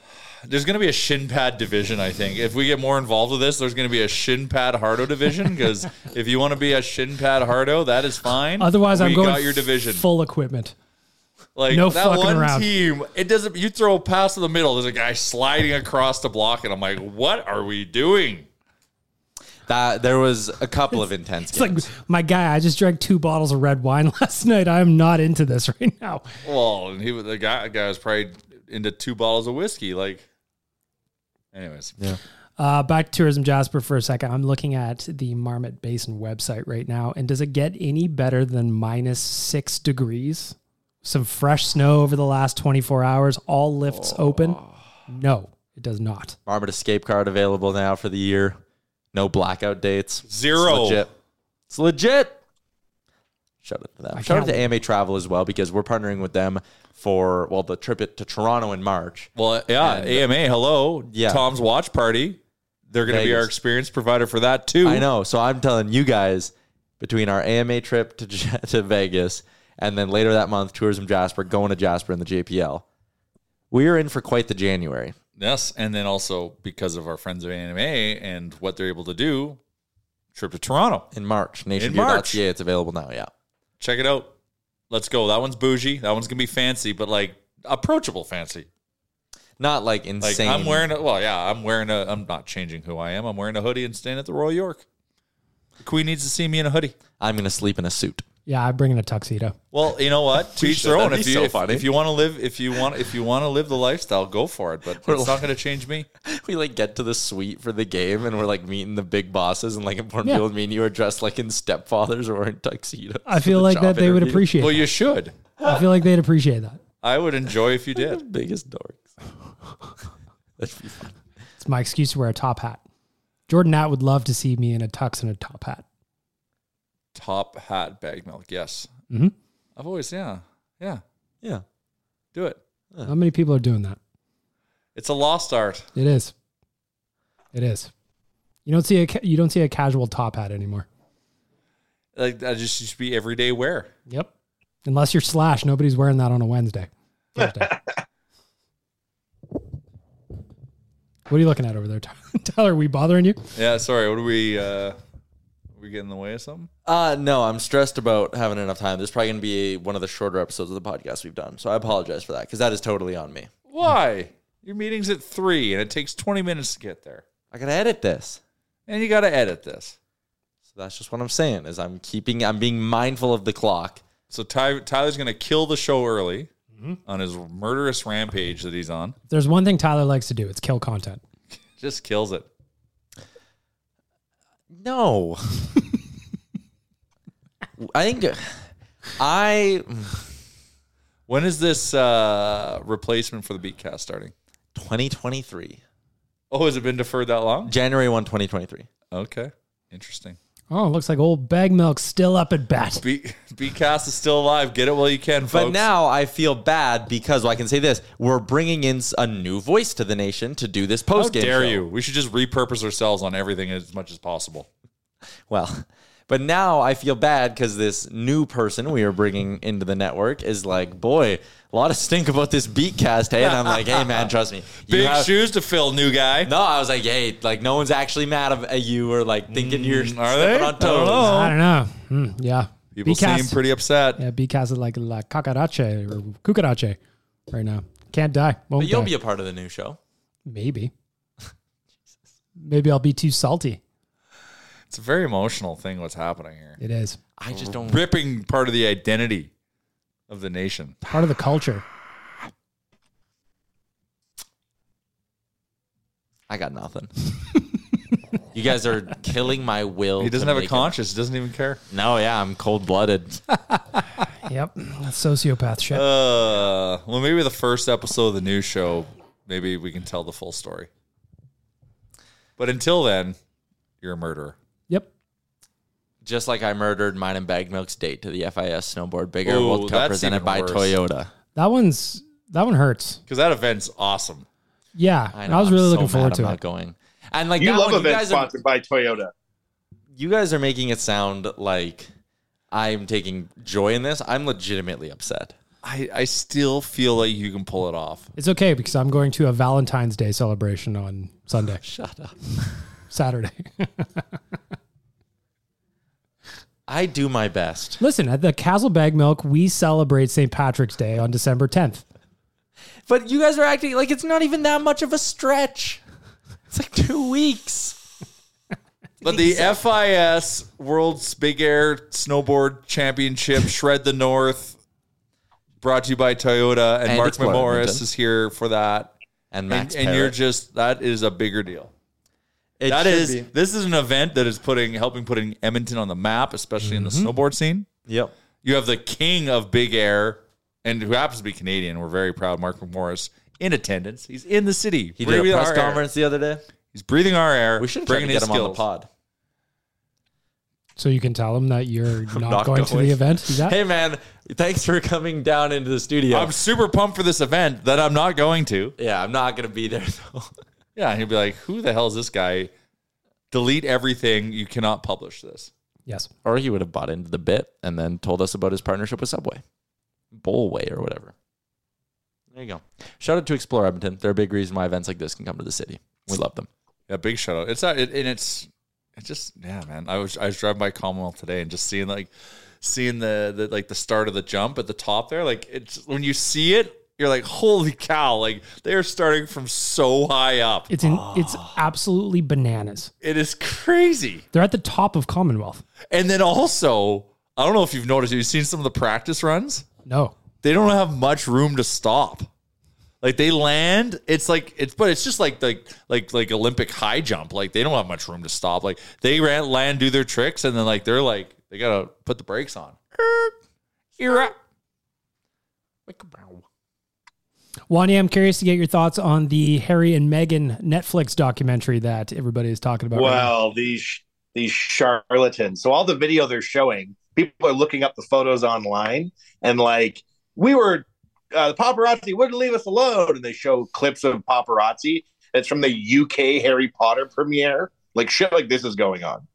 S7: There's going to be a shin pad division, I think. If we get more involved with this, there's going to be a shin pad hardo division
S4: (laughs)
S7: because if you want to be a shin pad hardo, that is fine.
S4: Otherwise,
S7: We
S4: I'm going
S7: got your division.
S4: full equipment.
S7: Like
S4: No
S7: that
S4: fucking
S7: one
S4: around.
S7: team, it doesn't. You throw a pass in the middle, there's a guy sliding across the block, and I'm like, what are we doing?
S5: That there was a couple of intense
S4: It's like my guy. I just drank two bottles of red wine (laughs) last night. I'm not into this (laughs) right now.
S7: (laughs) Well, and he was the guy. Guy was probably into two bottles of whiskey. Like, anyways, yeah.
S4: Uh, back to tourism Jasper for a second. I'm looking at the Marmot Basin website right now, and does it get any better than minus six degrees? Some fresh snow over the last 24 hours. All lifts open. No, it does not.
S5: Marmot escape card available now for the year. No blackout dates.
S7: Zero.
S5: It's legit. It's legit. Shout out to them.
S7: I
S5: Shout out
S7: can't
S5: to
S7: wait.
S5: AMA Travel as well because we're partnering with them for well the trip it to Toronto in March.
S7: Well, yeah,
S5: And-
S7: AMA. Hello,
S5: Yeah.
S7: Tom's watch party. They're going to be
S5: Vegas.
S7: our experience provider for that too.
S5: I know. So I'm telling you guys between our AMA trip to J- (laughs) to Vegas and then later that month tourism Jasper going to Jasper in the JPL. We are in for quite the January.
S7: Yes, and then also because of our friends of AMA and what they're able to do, trip to Toronto
S5: in March.
S7: in March.
S5: NationView.ca. It's available now. Yeah.
S7: Check it out. Let's go. That one's bougie. That one's gonna be fancy, but like approachable fancy.
S5: Not like
S7: Like
S5: insane.
S7: I'm wearing a well, yeah, I'm wearing a. I'm not changing who I am. I'm wearing a hoodie and staying at the Royal York. The Queen needs to see me in a hoodie.
S5: I'm gonna sleep in a suit. (laughs)
S4: Yeah, I'm bringing a tuxedo.
S7: Well, you know what? to
S5: We
S7: each
S5: should.
S7: their own.
S5: That'd
S7: If
S5: be
S7: you
S5: so
S7: if,
S5: funny.
S7: if you want to live, if you want if you want to live the lifestyle, go for it. But
S5: We're
S7: it's not going to change me.
S5: we like get to the suite for the game and we're like meeting the big bosses and like important
S4: Yeah.
S5: people me and you are dressed like in stepfathers or in tuxedos.
S4: I
S5: for
S4: feel
S5: the
S4: like that
S5: job
S4: they would
S5: interview.
S4: appreciate
S7: Well, you should.
S4: I feel like they'd appreciate that.
S7: I would enjoy if you did.
S5: (laughs) Biggest dorks. That'd be fun.
S4: It's my excuse to wear a top hat. Jordan Nat would love to see me in a tux and a top hat.
S7: Top hat bag milk. Yes,
S5: Mm-hmm.
S4: Mhm.
S7: I've always yeah yeah
S5: yeah.
S7: Do it.
S4: How many people are doing that?
S7: It's a lost art.
S4: It is. It is. You don't see a ca- you don't see a casual top hat anymore.
S7: Like that just used to be everyday wear.
S4: Yep. Unless you're slash, nobody's wearing that on
S7: (laughs)
S4: a Wednesday. Thursday. what are you looking at over there, Tyler? (laughs) Tyler, are we bothering you?
S7: Yeah. Sorry. What are we? Uh, we get in the way of something?
S5: Uh no, I'm stressed about having enough time. This is probably gonna be one of the shorter episodes of the podcast we've done. So I apologize for that because that is totally on me.
S7: Why? Your meeting's at three, and it takes twenty minutes to get there,
S5: I gotta edit this.
S7: and you got to edit this.
S5: So that's just what I'm saying is I'm keeping I'm being mindful of the clock.
S7: So Ty, Tyler's going to kill the show early on his murderous rampage that he's on.
S4: If there's one thing Tyler likes to do, it's kill content.
S7: Just kills it.
S5: No. (laughs) I think I
S7: When is this uh, replacement for the Beatcast starting?
S5: 2023.
S7: Oh, has it been deferred that long?
S5: January 1, 2023.
S7: Okay, interesting.
S4: Oh, it looks like old bag milk's still up at bat.
S7: Be- Beatcast is still alive. Get it while you can, folks.
S5: But now I feel bad because well, I can say this: we're bringing in s- a new voice to the nation to do this
S7: how
S5: post game.
S7: dare you? We should just repurpose ourselves on everything as much as possible.
S5: Well, (laughs) but now I feel bad because this new person we are bringing into the network is like, boy, a lot of stink about this beatcast. Hey, and I'm like, hey man,
S7: (laughs)
S5: trust me, you
S7: Big
S5: have-
S7: shoes to fill, new guy.
S5: No, I was like, hey, like no one's actually mad of- at you or like thinking you're
S7: Mm,
S5: stepping
S7: they?
S5: on
S7: I don't
S5: toes.
S7: know.
S4: I don't know. Hmm, yeah.
S7: People
S4: Bcast-
S7: seem pretty upset.
S4: Yeah, because is like la cucarache or cucarache right now. Can't die. Won't
S5: But you'll
S4: die.
S5: be a part of the new show.
S4: Maybe. Maybe I'll be too salty.
S7: It's a very emotional thing. What's happening here?
S4: It is
S5: I just don't.
S7: ripping part of the identity of the nation.
S4: part of the culture.
S5: I got nothing. you guys are killing my will.
S7: He doesn't
S5: to
S7: have a
S5: make
S7: conscience. Doesn't even care.
S5: No, yeah, I'm cold blooded.
S4: Yep, that's sociopath shit.
S7: Uh, well, maybe the first episode of the new show, maybe we can tell the full story. But until then, you're a murderer.
S4: yep.
S5: Just like I murdered mine and bag milk's date to the FIS Snowboard Big Air
S7: Ooh,
S5: World Cup
S7: that's
S5: presented
S7: even
S5: by
S7: worse.
S5: Toyota.
S4: That one's that one hurts.
S7: Because that event's awesome.
S4: Yeah, I, was really looking forward to
S5: I'm
S4: it.
S5: Not going. And like
S2: you
S5: that
S2: love
S5: one, you
S2: events
S5: guys are-
S2: sponsored by Toyota.
S12: you guys are making it sound like I'm taking joy in this. I'm legitimately upset.
S7: I, I still feel like you can pull it off.
S4: It's okay because I'm going to a Valentine's Day celebration on Sunday.
S12: Shut up.
S4: (laughs) Saturday. (laughs)
S12: I do my best.
S4: Listen, at the Castle Bag Milk, we celebrate St. Patrick's Day on December 10th.
S12: But you guys are acting like it's not even that much of a stretch. It's like two weeks.
S7: (laughs) But the FIS World's Big Air Snowboard Championship Shred the North brought to you by Toyota and,
S12: And
S7: Mark
S12: Explore
S7: Memoris
S12: Edmonton.
S7: is here for that.
S12: And
S7: Max
S12: Max
S7: and, you're
S12: Parrott.
S7: just that is a bigger deal.
S12: It
S7: that
S12: should
S7: is
S12: be.
S7: this is an event that is putting helping putting Edmonton on the map, especially in the
S12: Mhm.
S7: snowboard scene.
S12: Yep.
S7: You have the king of big air, and who happens to be Canadian. We're very proud, Mark Morris, in attendance. He's in the city.
S12: He did a
S7: breathing
S12: press
S7: our air.
S12: conference the other day.
S7: He's breathing our air.
S12: We should try to
S7: bringing
S12: get
S7: his
S12: him on the
S7: skills.
S12: pod.
S4: So you can tell him that you're not,
S12: not
S4: going, to
S12: going.
S4: the event. Is that?
S12: Hey man, thanks for coming down into the studio.
S7: I'm super pumped for this event that I'm not going to.
S12: yeah, I'm not gonna be there (laughs) though.
S7: Yeah, and he'll be like, "Who the hell is this guy?" Delete everything. You cannot publish this.
S4: Yes.
S12: Or he would have bought into the bit and then told us about his partnership with Subway, Bowlway, or whatever. There you go. Shout out to Explore Edmonton. They're a big reason why events like this can come to the city. We love them.
S7: Yeah, big shout out. It's not, it, and it's it's just yeah, man. I was I was driving by Commonwealth today and just seeing like seeing the, the like the start of the jump at the top there. Like it's when you see it, you're like, holy cow! Like they are starting from so high up.
S4: It's in, it's
S2: Ah.
S4: absolutely bananas.
S7: It is crazy.
S4: They're at the top of Commonwealth.
S7: And then also, I don't know if you've noticed, you've seen some of the practice runs.
S4: No.
S7: They don't have much room to stop. Like they land, it's like it's, but it's just like like like like Olympic high jump. Like they don't have much room to stop. Like they ran, land, do their tricks, and then like they're like they gotta put the brakes on. You're up.
S4: Wani, I'm curious to get your thoughts on the Harry and Meghan Netflix documentary that everybody is talking about. right now.
S2: Well, these these charlatans. So all the video they're showing, people are looking up the photos online and like we were uh, the paparazzi wouldn't leave us alone, and they show clips of paparazzi. It's from the UK Harry Potter premiere. Like shit, like this is going on.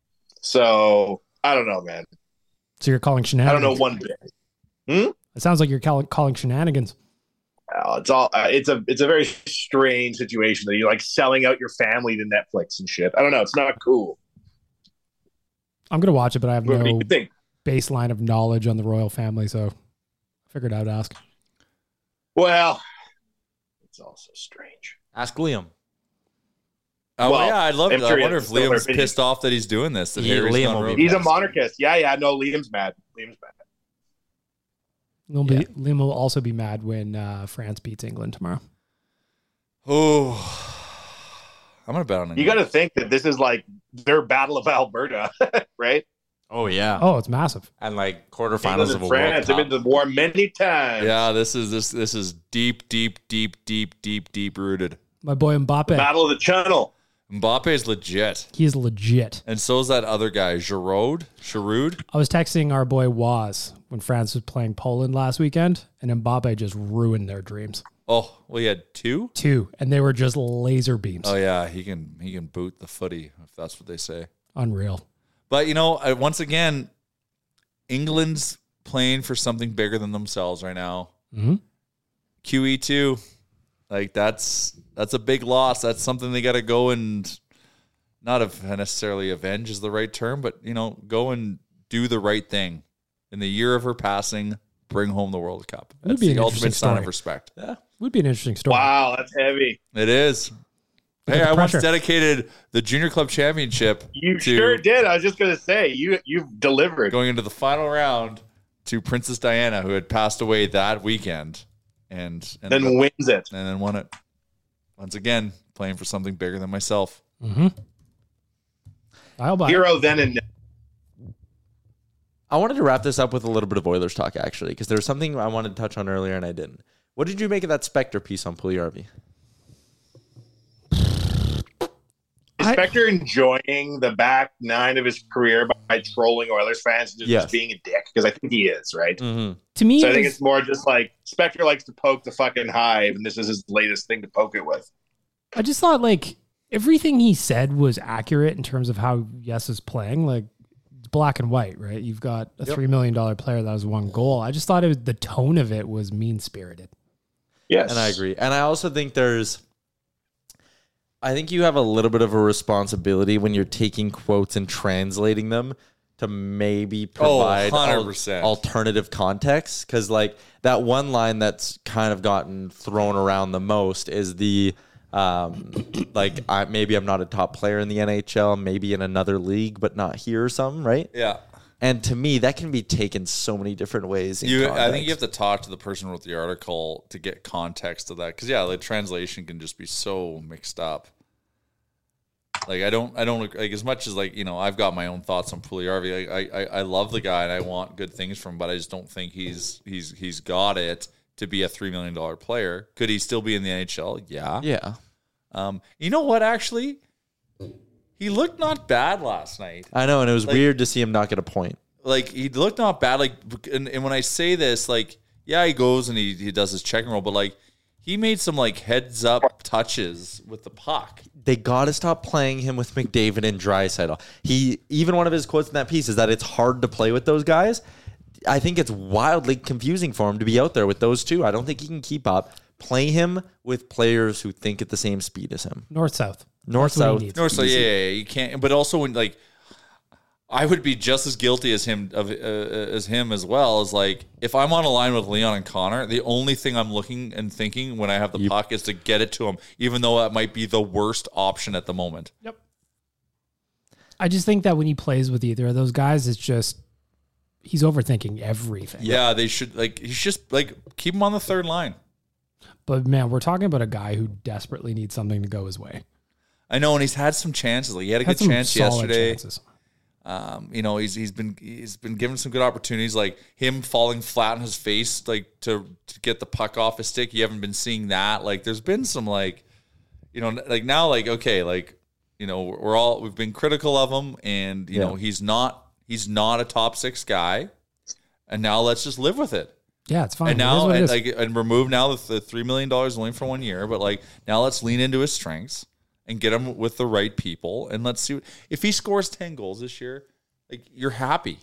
S2: So I don't know, man.
S4: so you're calling
S2: I
S4: shenanigans.
S2: don't know one bit. Hmm?
S4: It sounds like you're call- calling shenanigans.
S2: Uh, it's all uh, it's a it's a very strange situation that you're like selling out your family to Netflix and shit. I don't know. It's not cool.
S4: I'm gonna watch it, but I have
S2: What do
S4: no
S2: you (laughs) think?
S4: baseline of knowledge on the royal family, so I figured I'd ask.
S2: Well, it's also strange.
S12: Ask Liam.
S7: Oh
S2: Well,
S7: yeah, I'd love
S2: I'm
S7: to. I
S2: sure he
S7: wonder
S2: has
S7: if
S2: similar
S7: Liam's
S2: opinions.
S7: pissed off that he's doing this. That
S12: Yeah,
S7: Harry's
S12: Liam
S7: gone
S12: will be
S7: rogue.
S2: He's a monarchist. Yeah, yeah. No, Liam's mad. Liam's mad.
S4: Liam, be, Liam will also be mad when uh, France beats England tomorrow.
S7: Oh, I'm gonna bet on him.
S2: You got to think that this is like their Battle of Alberta, (laughs) right?
S12: Oh yeah.
S4: Oh, it's massive.
S12: And like quarterfinals of
S2: England
S12: a
S2: and
S12: World
S2: France have
S12: Cup.
S2: been to war many times.
S7: Yeah, this is this this is deep, deep, deep, deep, deep, deep rooted.
S4: My boy Mbappe,
S2: Battle of the Channel.
S7: Mbappe is legit,
S4: he is legit.
S7: and so is that other guy, Giroud. Giroud.
S4: I was texting our boy Waz when France was playing Poland last weekend, and Mbappe just ruined their dreams.
S7: Oh, well, he had two.
S4: Two, and they were just laser beams.
S7: Oh yeah, he can he can boot the footy if that's what they say.
S4: Unreal.
S7: But you know, I, once again, England's playing for something bigger than themselves right now.
S4: Mhm.
S7: QE two, like that's that's a big loss. That's something they got to go and not av- necessarily avenge is the right term, but you know, go and do the right thing in the year of her passing. Bring home the World Cup.
S4: Would
S7: That's
S4: be an
S7: the
S4: interesting
S7: ultimate sign
S4: story.
S7: of respect.
S4: Would be an interesting story.
S2: Wow, that's heavy.
S7: It is.
S4: Look at
S7: Hey,
S4: the
S7: I once
S4: pressure.
S7: dedicated the junior club championship
S2: You
S7: to
S2: sure did. I was just gonna say you you've delivered.
S7: going into the final round to Princess Diana, who had passed away that weekend, and, and
S2: Then wins it.
S7: and then won it once again, playing for something bigger than myself.
S4: Mm-hmm. I'll buy. it.
S2: Hero then and now.
S12: I wanted to wrap this up with a little bit of Oilers talk actually, because there was something I wanted to touch on earlier and I didn't. What did you make of that Spectre piece on Pugliarvi?
S2: Is Spectre enjoying the back nine of his career by trolling Oilers fans and just,
S12: Yes.
S2: just being a dick? Because I think he is, right?
S12: Mm-hmm.
S4: To me,
S2: So I think
S4: it was-
S2: it's more just like Spectre likes to poke the fucking hive, and this is his latest thing to poke it with.
S4: I just thought like everything he said was accurate in terms of how Yes is playing. Like black and white, right? You've got a
S2: Yep.
S4: three million dollar player that was one goal. I just thought it was, the tone of it was mean spirited.
S2: Yes.
S5: And I agree. And I also think there's I think you have a little bit of a responsibility when you're taking quotes and translating them to maybe
S7: Oh,
S5: provide al-
S7: 100%.
S5: alternative context cuz like that one line that's kind of gotten thrown around the most is the um like I maybe I'm not a top player in the NHL, maybe in another league but not here or something, right?
S7: Yeah.
S5: And to me that can be taken so many different ways. in
S7: You, I
S5: context.
S7: think you have to talk to the person who wrote the article to get context to that, because yeah, the translation can just be so mixed up. Like I don't, I don't like as much as like you know I've got my own thoughts on Puliarvi. I, I, I love the guy and I want good things from, him, but I just don't think he's he's he's got it to be a three million dollar player. Could he still be in the NHL? Yeah,
S5: Yeah.
S7: Um, you know what? Actually, he looked not bad last night.
S5: I know and it was
S7: Like-
S5: weird to see him not get a point.
S7: like he looked not bad. Like, and, and when I say this, like, yeah, he goes and he, he does his check and roll, but like, he made some like heads up touches with the puck.
S5: they got to stop playing him with McDavid and Drysaitel. He even one of his quotes in that piece is that it's hard to play with those guys. I think it's wildly confusing for him to be out there with those two. I don't think he can keep up. Play him with players who think at the same speed as him.
S4: North South.
S5: North South.
S7: No, so yeah, yeah, yeah, you can't. But also when like, I would be just as guilty as him of uh, as him as well. As like, if I'm on a line with Leon and Connor, the only thing I'm looking and thinking when I have the puck is to get it to him, even though that might be the worst option at the moment.
S4: I just think that when he plays with either of those guys, it's just he's overthinking everything.
S7: Yeah, they should like. He's just like keep him on the third line.
S4: But man, we're talking about a guy who desperately needs something to go his way.
S7: I know, and he's had some chances. Like he had a
S4: Had
S7: good
S4: some
S7: chance
S4: solid
S7: yesterday.
S4: chances.
S7: Um, you know, he's he's been he's been given some good opportunities, like him falling flat on his face, like to, to get the puck off his stick. You haven't been seeing that. Like there's been some like, you know, like now like okay, like you know we're all we've been critical of him, and you
S5: Yeah.
S7: know he's not he's not a top six guy, and now let's just live with it.
S4: Yeah, it's fine.
S7: And
S4: It is
S7: now,
S4: what it
S7: and,
S4: is.
S7: like, and remove now the, the three million dollars only for one year, but like now let's lean into his strengths and get him with the right people, and let's see what, if he scores ten goals this year. Like you're happy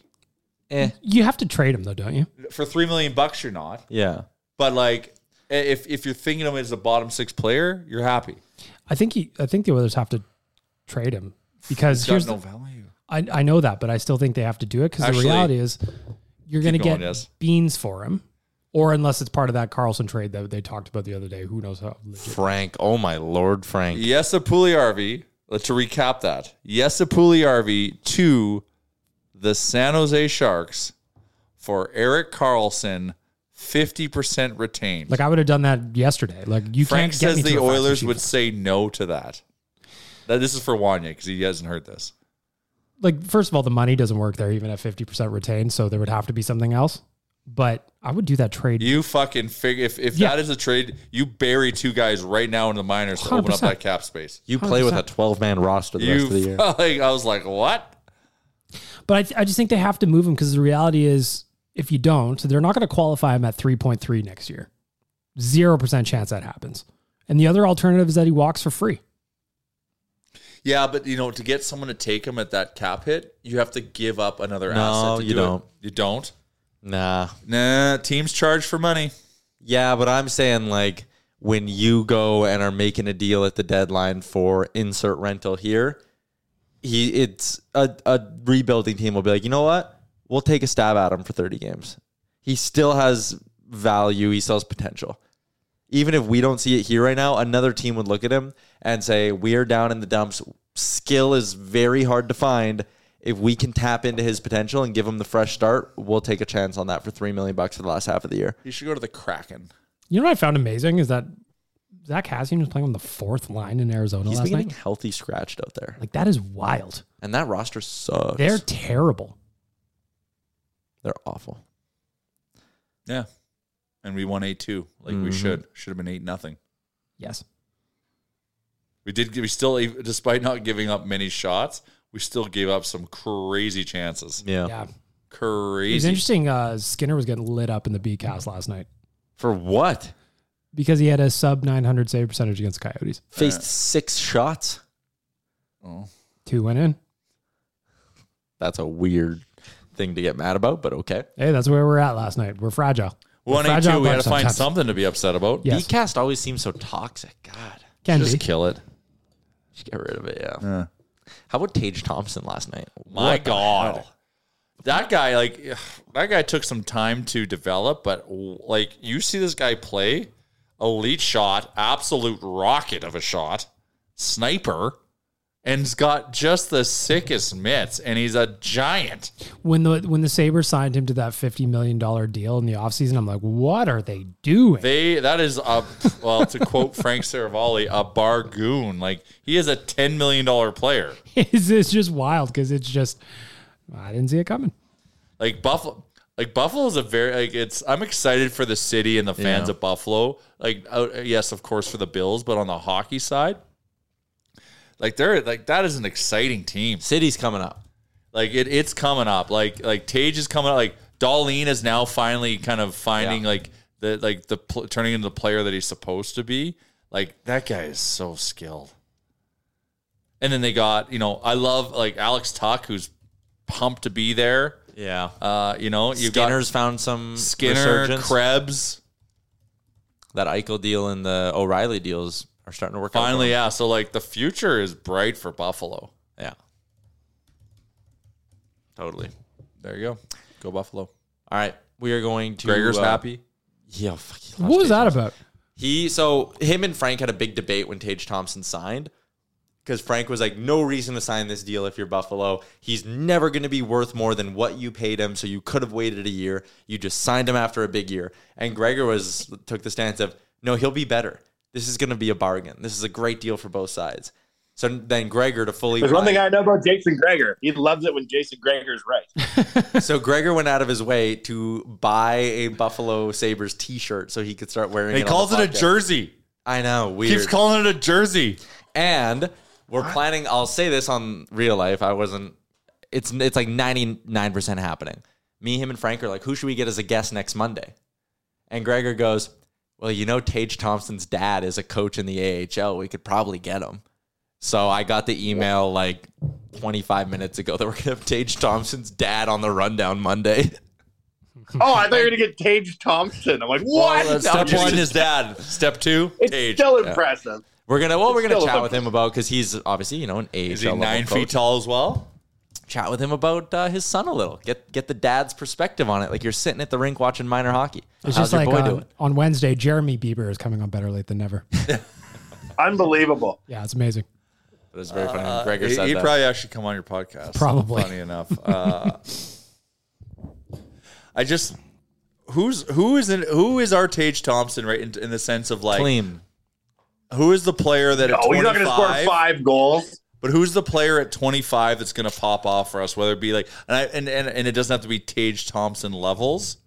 S4: You have to trade him though, don't you?
S7: for three million bucks, you're not.
S5: Yeah.
S7: But like, i- if if you're thinking of him as a bottom six player, you're happy.
S4: I think he. I think the others have to trade him because
S7: He's got
S4: here's
S7: no
S4: the-
S7: value.
S4: I, I know that, but I still think they have to do it because the
S7: Actually-
S4: reality is you're going to
S7: Keep going,
S4: get
S7: yes.
S4: beans for him, or unless it's part of that Carlson trade that they talked about the other day. Who knows how?
S5: Frank. Oh my lord, Frank.
S7: Yes, a Puliarvi. Let's to recap that. Yes, a Puliarvi to the San Jose Sharks for Eric Carlson, fifty percent retained.
S4: Like I would have done that yesterday. Like you
S7: Frank
S4: can't get
S7: says
S4: me to
S7: the
S4: a fact
S7: Oilers
S4: sheet.
S7: would say no to that. That this is for Wanya because he hasn't heard this.
S4: Like first of all, the money doesn't work there even at fifty percent retained, so there would have to be something else. But I would do that trade.
S7: You fucking figure if, if that is a trade, you bury two guys right now into the minors to open up
S4: 100%.
S7: that cap space.
S5: You play with a 12 man roster the rest of the
S7: You
S5: year.
S7: (laughs) like I was like, what?
S4: But I, th- I just think they have to move him because the reality is, if you don't, they're not going to qualify him at 3.3 next year. 0% chance that happens. And the other alternative is that he walks for free.
S7: Yeah, but you know, to get someone to take him at that cap hit, you have to give up another
S5: No,
S7: asset. To
S5: you
S7: do it.
S5: don't.
S7: You don't.
S5: Nah.
S7: Nah, teams charge for money.
S5: Yeah, but I'm saying like when you go and are making a deal at the deadline for insert rental here, he it's a, a rebuilding team will be like, you know what? We'll take a stab at him for 30 games. He still has value. He still has potential. Even if we don't see it here right now, another team would look at him and say, We are down in the dumps. Skill is very hard to find. If we can tap into his potential and give him the fresh start, we'll take a chance on that for three million bucks for the last half of the year.
S7: You should go to the Kraken.
S4: You know what I found amazing is that Zach Cassian was playing on the fourth line in Arizona
S5: He's
S4: last
S5: been getting
S4: night.
S5: healthy scratched out there.
S4: Like, that is wild.
S5: And that roster sucks.
S4: They're terrible.
S5: They're awful.
S7: Yeah. And we won eight two. Like we
S5: Mhm.
S7: should. Should have been eight nothing.
S4: Yes.
S7: We did we still e, despite not giving up many shots, we still gave up some crazy chances.
S5: Yeah.
S4: Yeah. It was
S7: Crazy.
S4: interesting. Uh, Skinner was getting lit up in the beak house last night
S5: For what?
S4: because he had a sub 900 save percentage against the Coyotes.
S5: Faced six shots.
S7: Oh.
S4: Two went in.
S5: that's a weird thing to get mad about, but okay.
S4: Hey, that's where we're at last night. We're fragile. We're
S7: One eight two.
S4: fragile
S7: We had to
S4: bunch
S7: find
S4: sometimes.
S7: something to be upset about.
S4: Yes.
S5: Bcast always seems so toxic. God,
S4: Can
S5: just
S4: be.
S5: kill it. Just get rid of it. Yeah. How about Tage Thompson last night?
S7: My
S5: What the
S7: God.
S5: hell?
S7: That guy, like, ugh, that guy took some time to develop, but like, you see this guy play elite shot, absolute rocket of a shot, sniper, and's got just the sickest mitts, and he's a giant.
S4: When the when the Sabres signed him to that fifty million dollar deal in the offseason, I'm like, what are they doing?
S7: They that is a well to quote (laughs) Frank Saravalli, a bargoon. Like he is a ten million dollar player.
S4: (laughs) Is this just wild? Because it's just I didn't see it coming.
S7: Like Buffalo, like Buffalo is a very like it's. I'm excited for the city and the fans
S5: Yeah.
S7: of Buffalo. Like out, yes, of course for the Bills, but on the hockey side, like they're like that is an exciting team.
S5: City's coming up.
S7: Like it, it's coming up. Like like Tage is coming up. Like Darlene is now finally kind of finding like the like the pl- turning into the player that he's supposed to be. Like that guy is so skilled. And then they got you know I love like Alex Tuck who's pumped to be there.
S5: Yeah.
S7: Uh, you know you've
S5: Skinner's
S7: got
S5: found some
S7: Skinner,
S5: resurgence.
S7: Krebs.
S5: That Eichel deal and the O'Reilly deals are starting to work out.
S7: Finally, yeah. So like the future is bright for Buffalo.
S5: Yeah. Totally.
S7: There you go. Go Buffalo.
S5: All right, we are going to.
S7: Gregor's
S5: uh,
S7: happy.
S5: Yeah, fuck, he loves
S4: What was that about?
S5: He so him and Frank had a big debate when Tage Thompson signed because Frank was like, "No reason to sign this deal if you're Buffalo. He's never going to be worth more than what you paid him. So you could have waited a year. You just signed him after a big year." And Gregor was took the stance of, "No, he'll be better. This is going to be a bargain. This is a great deal for both sides." So then Gregor to fully
S2: There's one
S5: buy-
S2: thing I know about Jason Greger. He loves it when Jason Greger's right.
S5: so Gregor went out of his way to buy a Buffalo Sabres T-shirt so he could start wearing.
S7: He
S5: it on
S7: calls
S5: the
S7: it a
S5: podcast.
S7: jersey.
S5: I know. Weird.
S7: Keeps calling it a jersey.
S5: And we're planning. I'll say this on real life. I wasn't. It's it's like ninety nine percent happening. Me, him, and Frank are like, who should we get as a guest next Monday? And Gregor goes, well, you know, Tage Thompson's dad is a coach in the AHL. We could probably get him. So I got the email like 25 minutes ago that we're gonna have Tage Thompson's dad on the rundown Monday.
S2: Oh, I thought you were gonna get Tage Thompson. I'm like, what?
S5: Well,
S2: No, I'm
S5: step
S2: just-
S5: one
S7: is dad. (laughs) Step two,
S2: It's
S7: Tage.
S2: still impressive.
S5: We're gonna well, we're gonna
S2: still
S5: chat
S2: fun.
S5: with him about because he's obviously you know an AHL
S7: Is he
S5: level
S7: nine
S5: coach.
S7: feet tall as well?
S5: Chat with him about uh, his son a little. Get get the dad's perspective on it. Like you're sitting at the rink watching minor hockey.
S4: It's
S5: How's
S4: just
S5: your
S4: like um,
S5: boy
S4: on,
S5: doing?
S4: on Wednesday, Jeremy Bieber is coming on Better Late Than Never. (laughs)
S2: Unbelievable.
S4: Yeah, it's amazing.
S5: It was very funny.
S7: Uh,
S5: when Gregor
S7: he,
S5: said
S7: he'd
S5: that.
S7: probably actually come on your podcast.
S4: Probably.
S7: Funny enough. Uh, I just who's who is in, who is our Tage Thompson right in, in the sense of like
S5: Clean.
S7: who is the player that at
S2: No, Oh, he's not gonna score
S7: 25
S2: five goals.
S7: But who's the player at 25 that's going to pop off for us? Whether it be like, and, I, and and and it doesn't have to be Tage Thompson levels,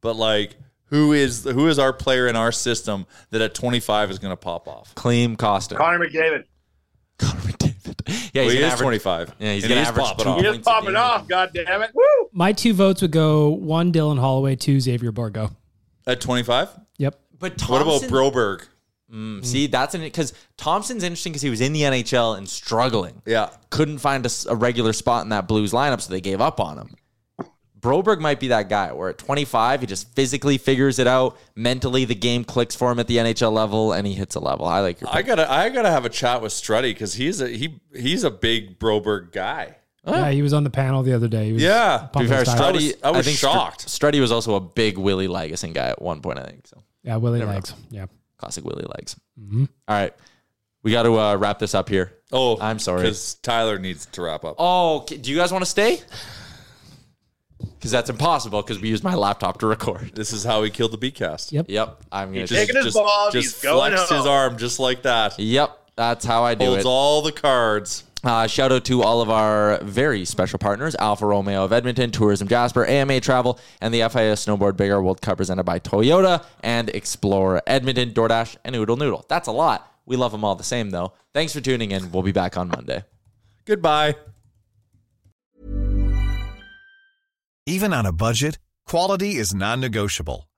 S7: but like who is who is our player in our system that at 25 is going to pop off?
S5: Clean Costin.
S2: Connor McDavid.
S5: (laughs) Yeah,
S7: Well,
S5: he's
S7: he
S5: gonna
S7: is
S5: average-
S7: 25.
S5: Yeah, he's
S7: And
S5: gonna
S7: he's
S5: average
S7: popping
S5: two
S7: off.
S2: He
S5: points
S2: just
S5: a
S2: popping
S5: game.
S2: off, god damn it. Woo!
S4: My two votes would go one Dylan Holloway, two Xavier Borgo.
S7: At 25?
S4: Yep.
S5: But Thompson,
S7: What about Broberg?
S5: Mm, see, that's an because Thompson's interesting because he was in the NHL and struggling.
S7: Yeah.
S5: couldn't find a, s- a regular spot in that Blues lineup, so they gave up on him. Broberg might be that guy where at 25, he just physically figures it out. Mentally, the game clicks for him at the NHL level, and he hits a level. I like your
S7: I
S5: pick.
S7: gotta I gotta have a chat with Strutty because he's a he he's a big Broberg guy.
S4: Yeah, he was on the panel the other day. He was
S7: Yeah. To be
S4: pumping
S5: Fair,
S4: his tires.
S7: I
S5: Strutty,
S7: was- I was
S5: Str-
S7: shocked.
S5: Strutty was also a big Willie Lagesson guy at one point, I think. So
S4: yeah, Willie Legs. Yeah.
S5: classic Willie Legs. All right, we got to uh, wrap this up here.
S7: Oh,
S5: I'm sorry.
S7: because Tyler needs to wrap up.
S5: Oh, okay, do you guys want to stay? Because that's impossible. Because we used my laptop to record.
S7: This is how he killed the Beatcast.
S4: Yep.
S5: Yep, I'm gonna.
S2: Taking his ball, he's going
S7: flexed his
S2: home.
S7: arm just like that.
S5: Yep, that's how I do
S7: Holds
S5: it.
S7: all the cards.
S5: Uh, shout out to all of our very special partners Alfa Romeo of Edmonton, Tourism Jasper, AMA Travel, and the FIA Snowboard Bigger World Cup presented by Toyota and Explore Edmonton, DoorDash, and Oodle Noodle. That's a lot. We love them all the same, though. Thanks for tuning in. We'll be back on Monday.
S7: Goodbye.
S13: Even on a budget, quality is non-negotiable.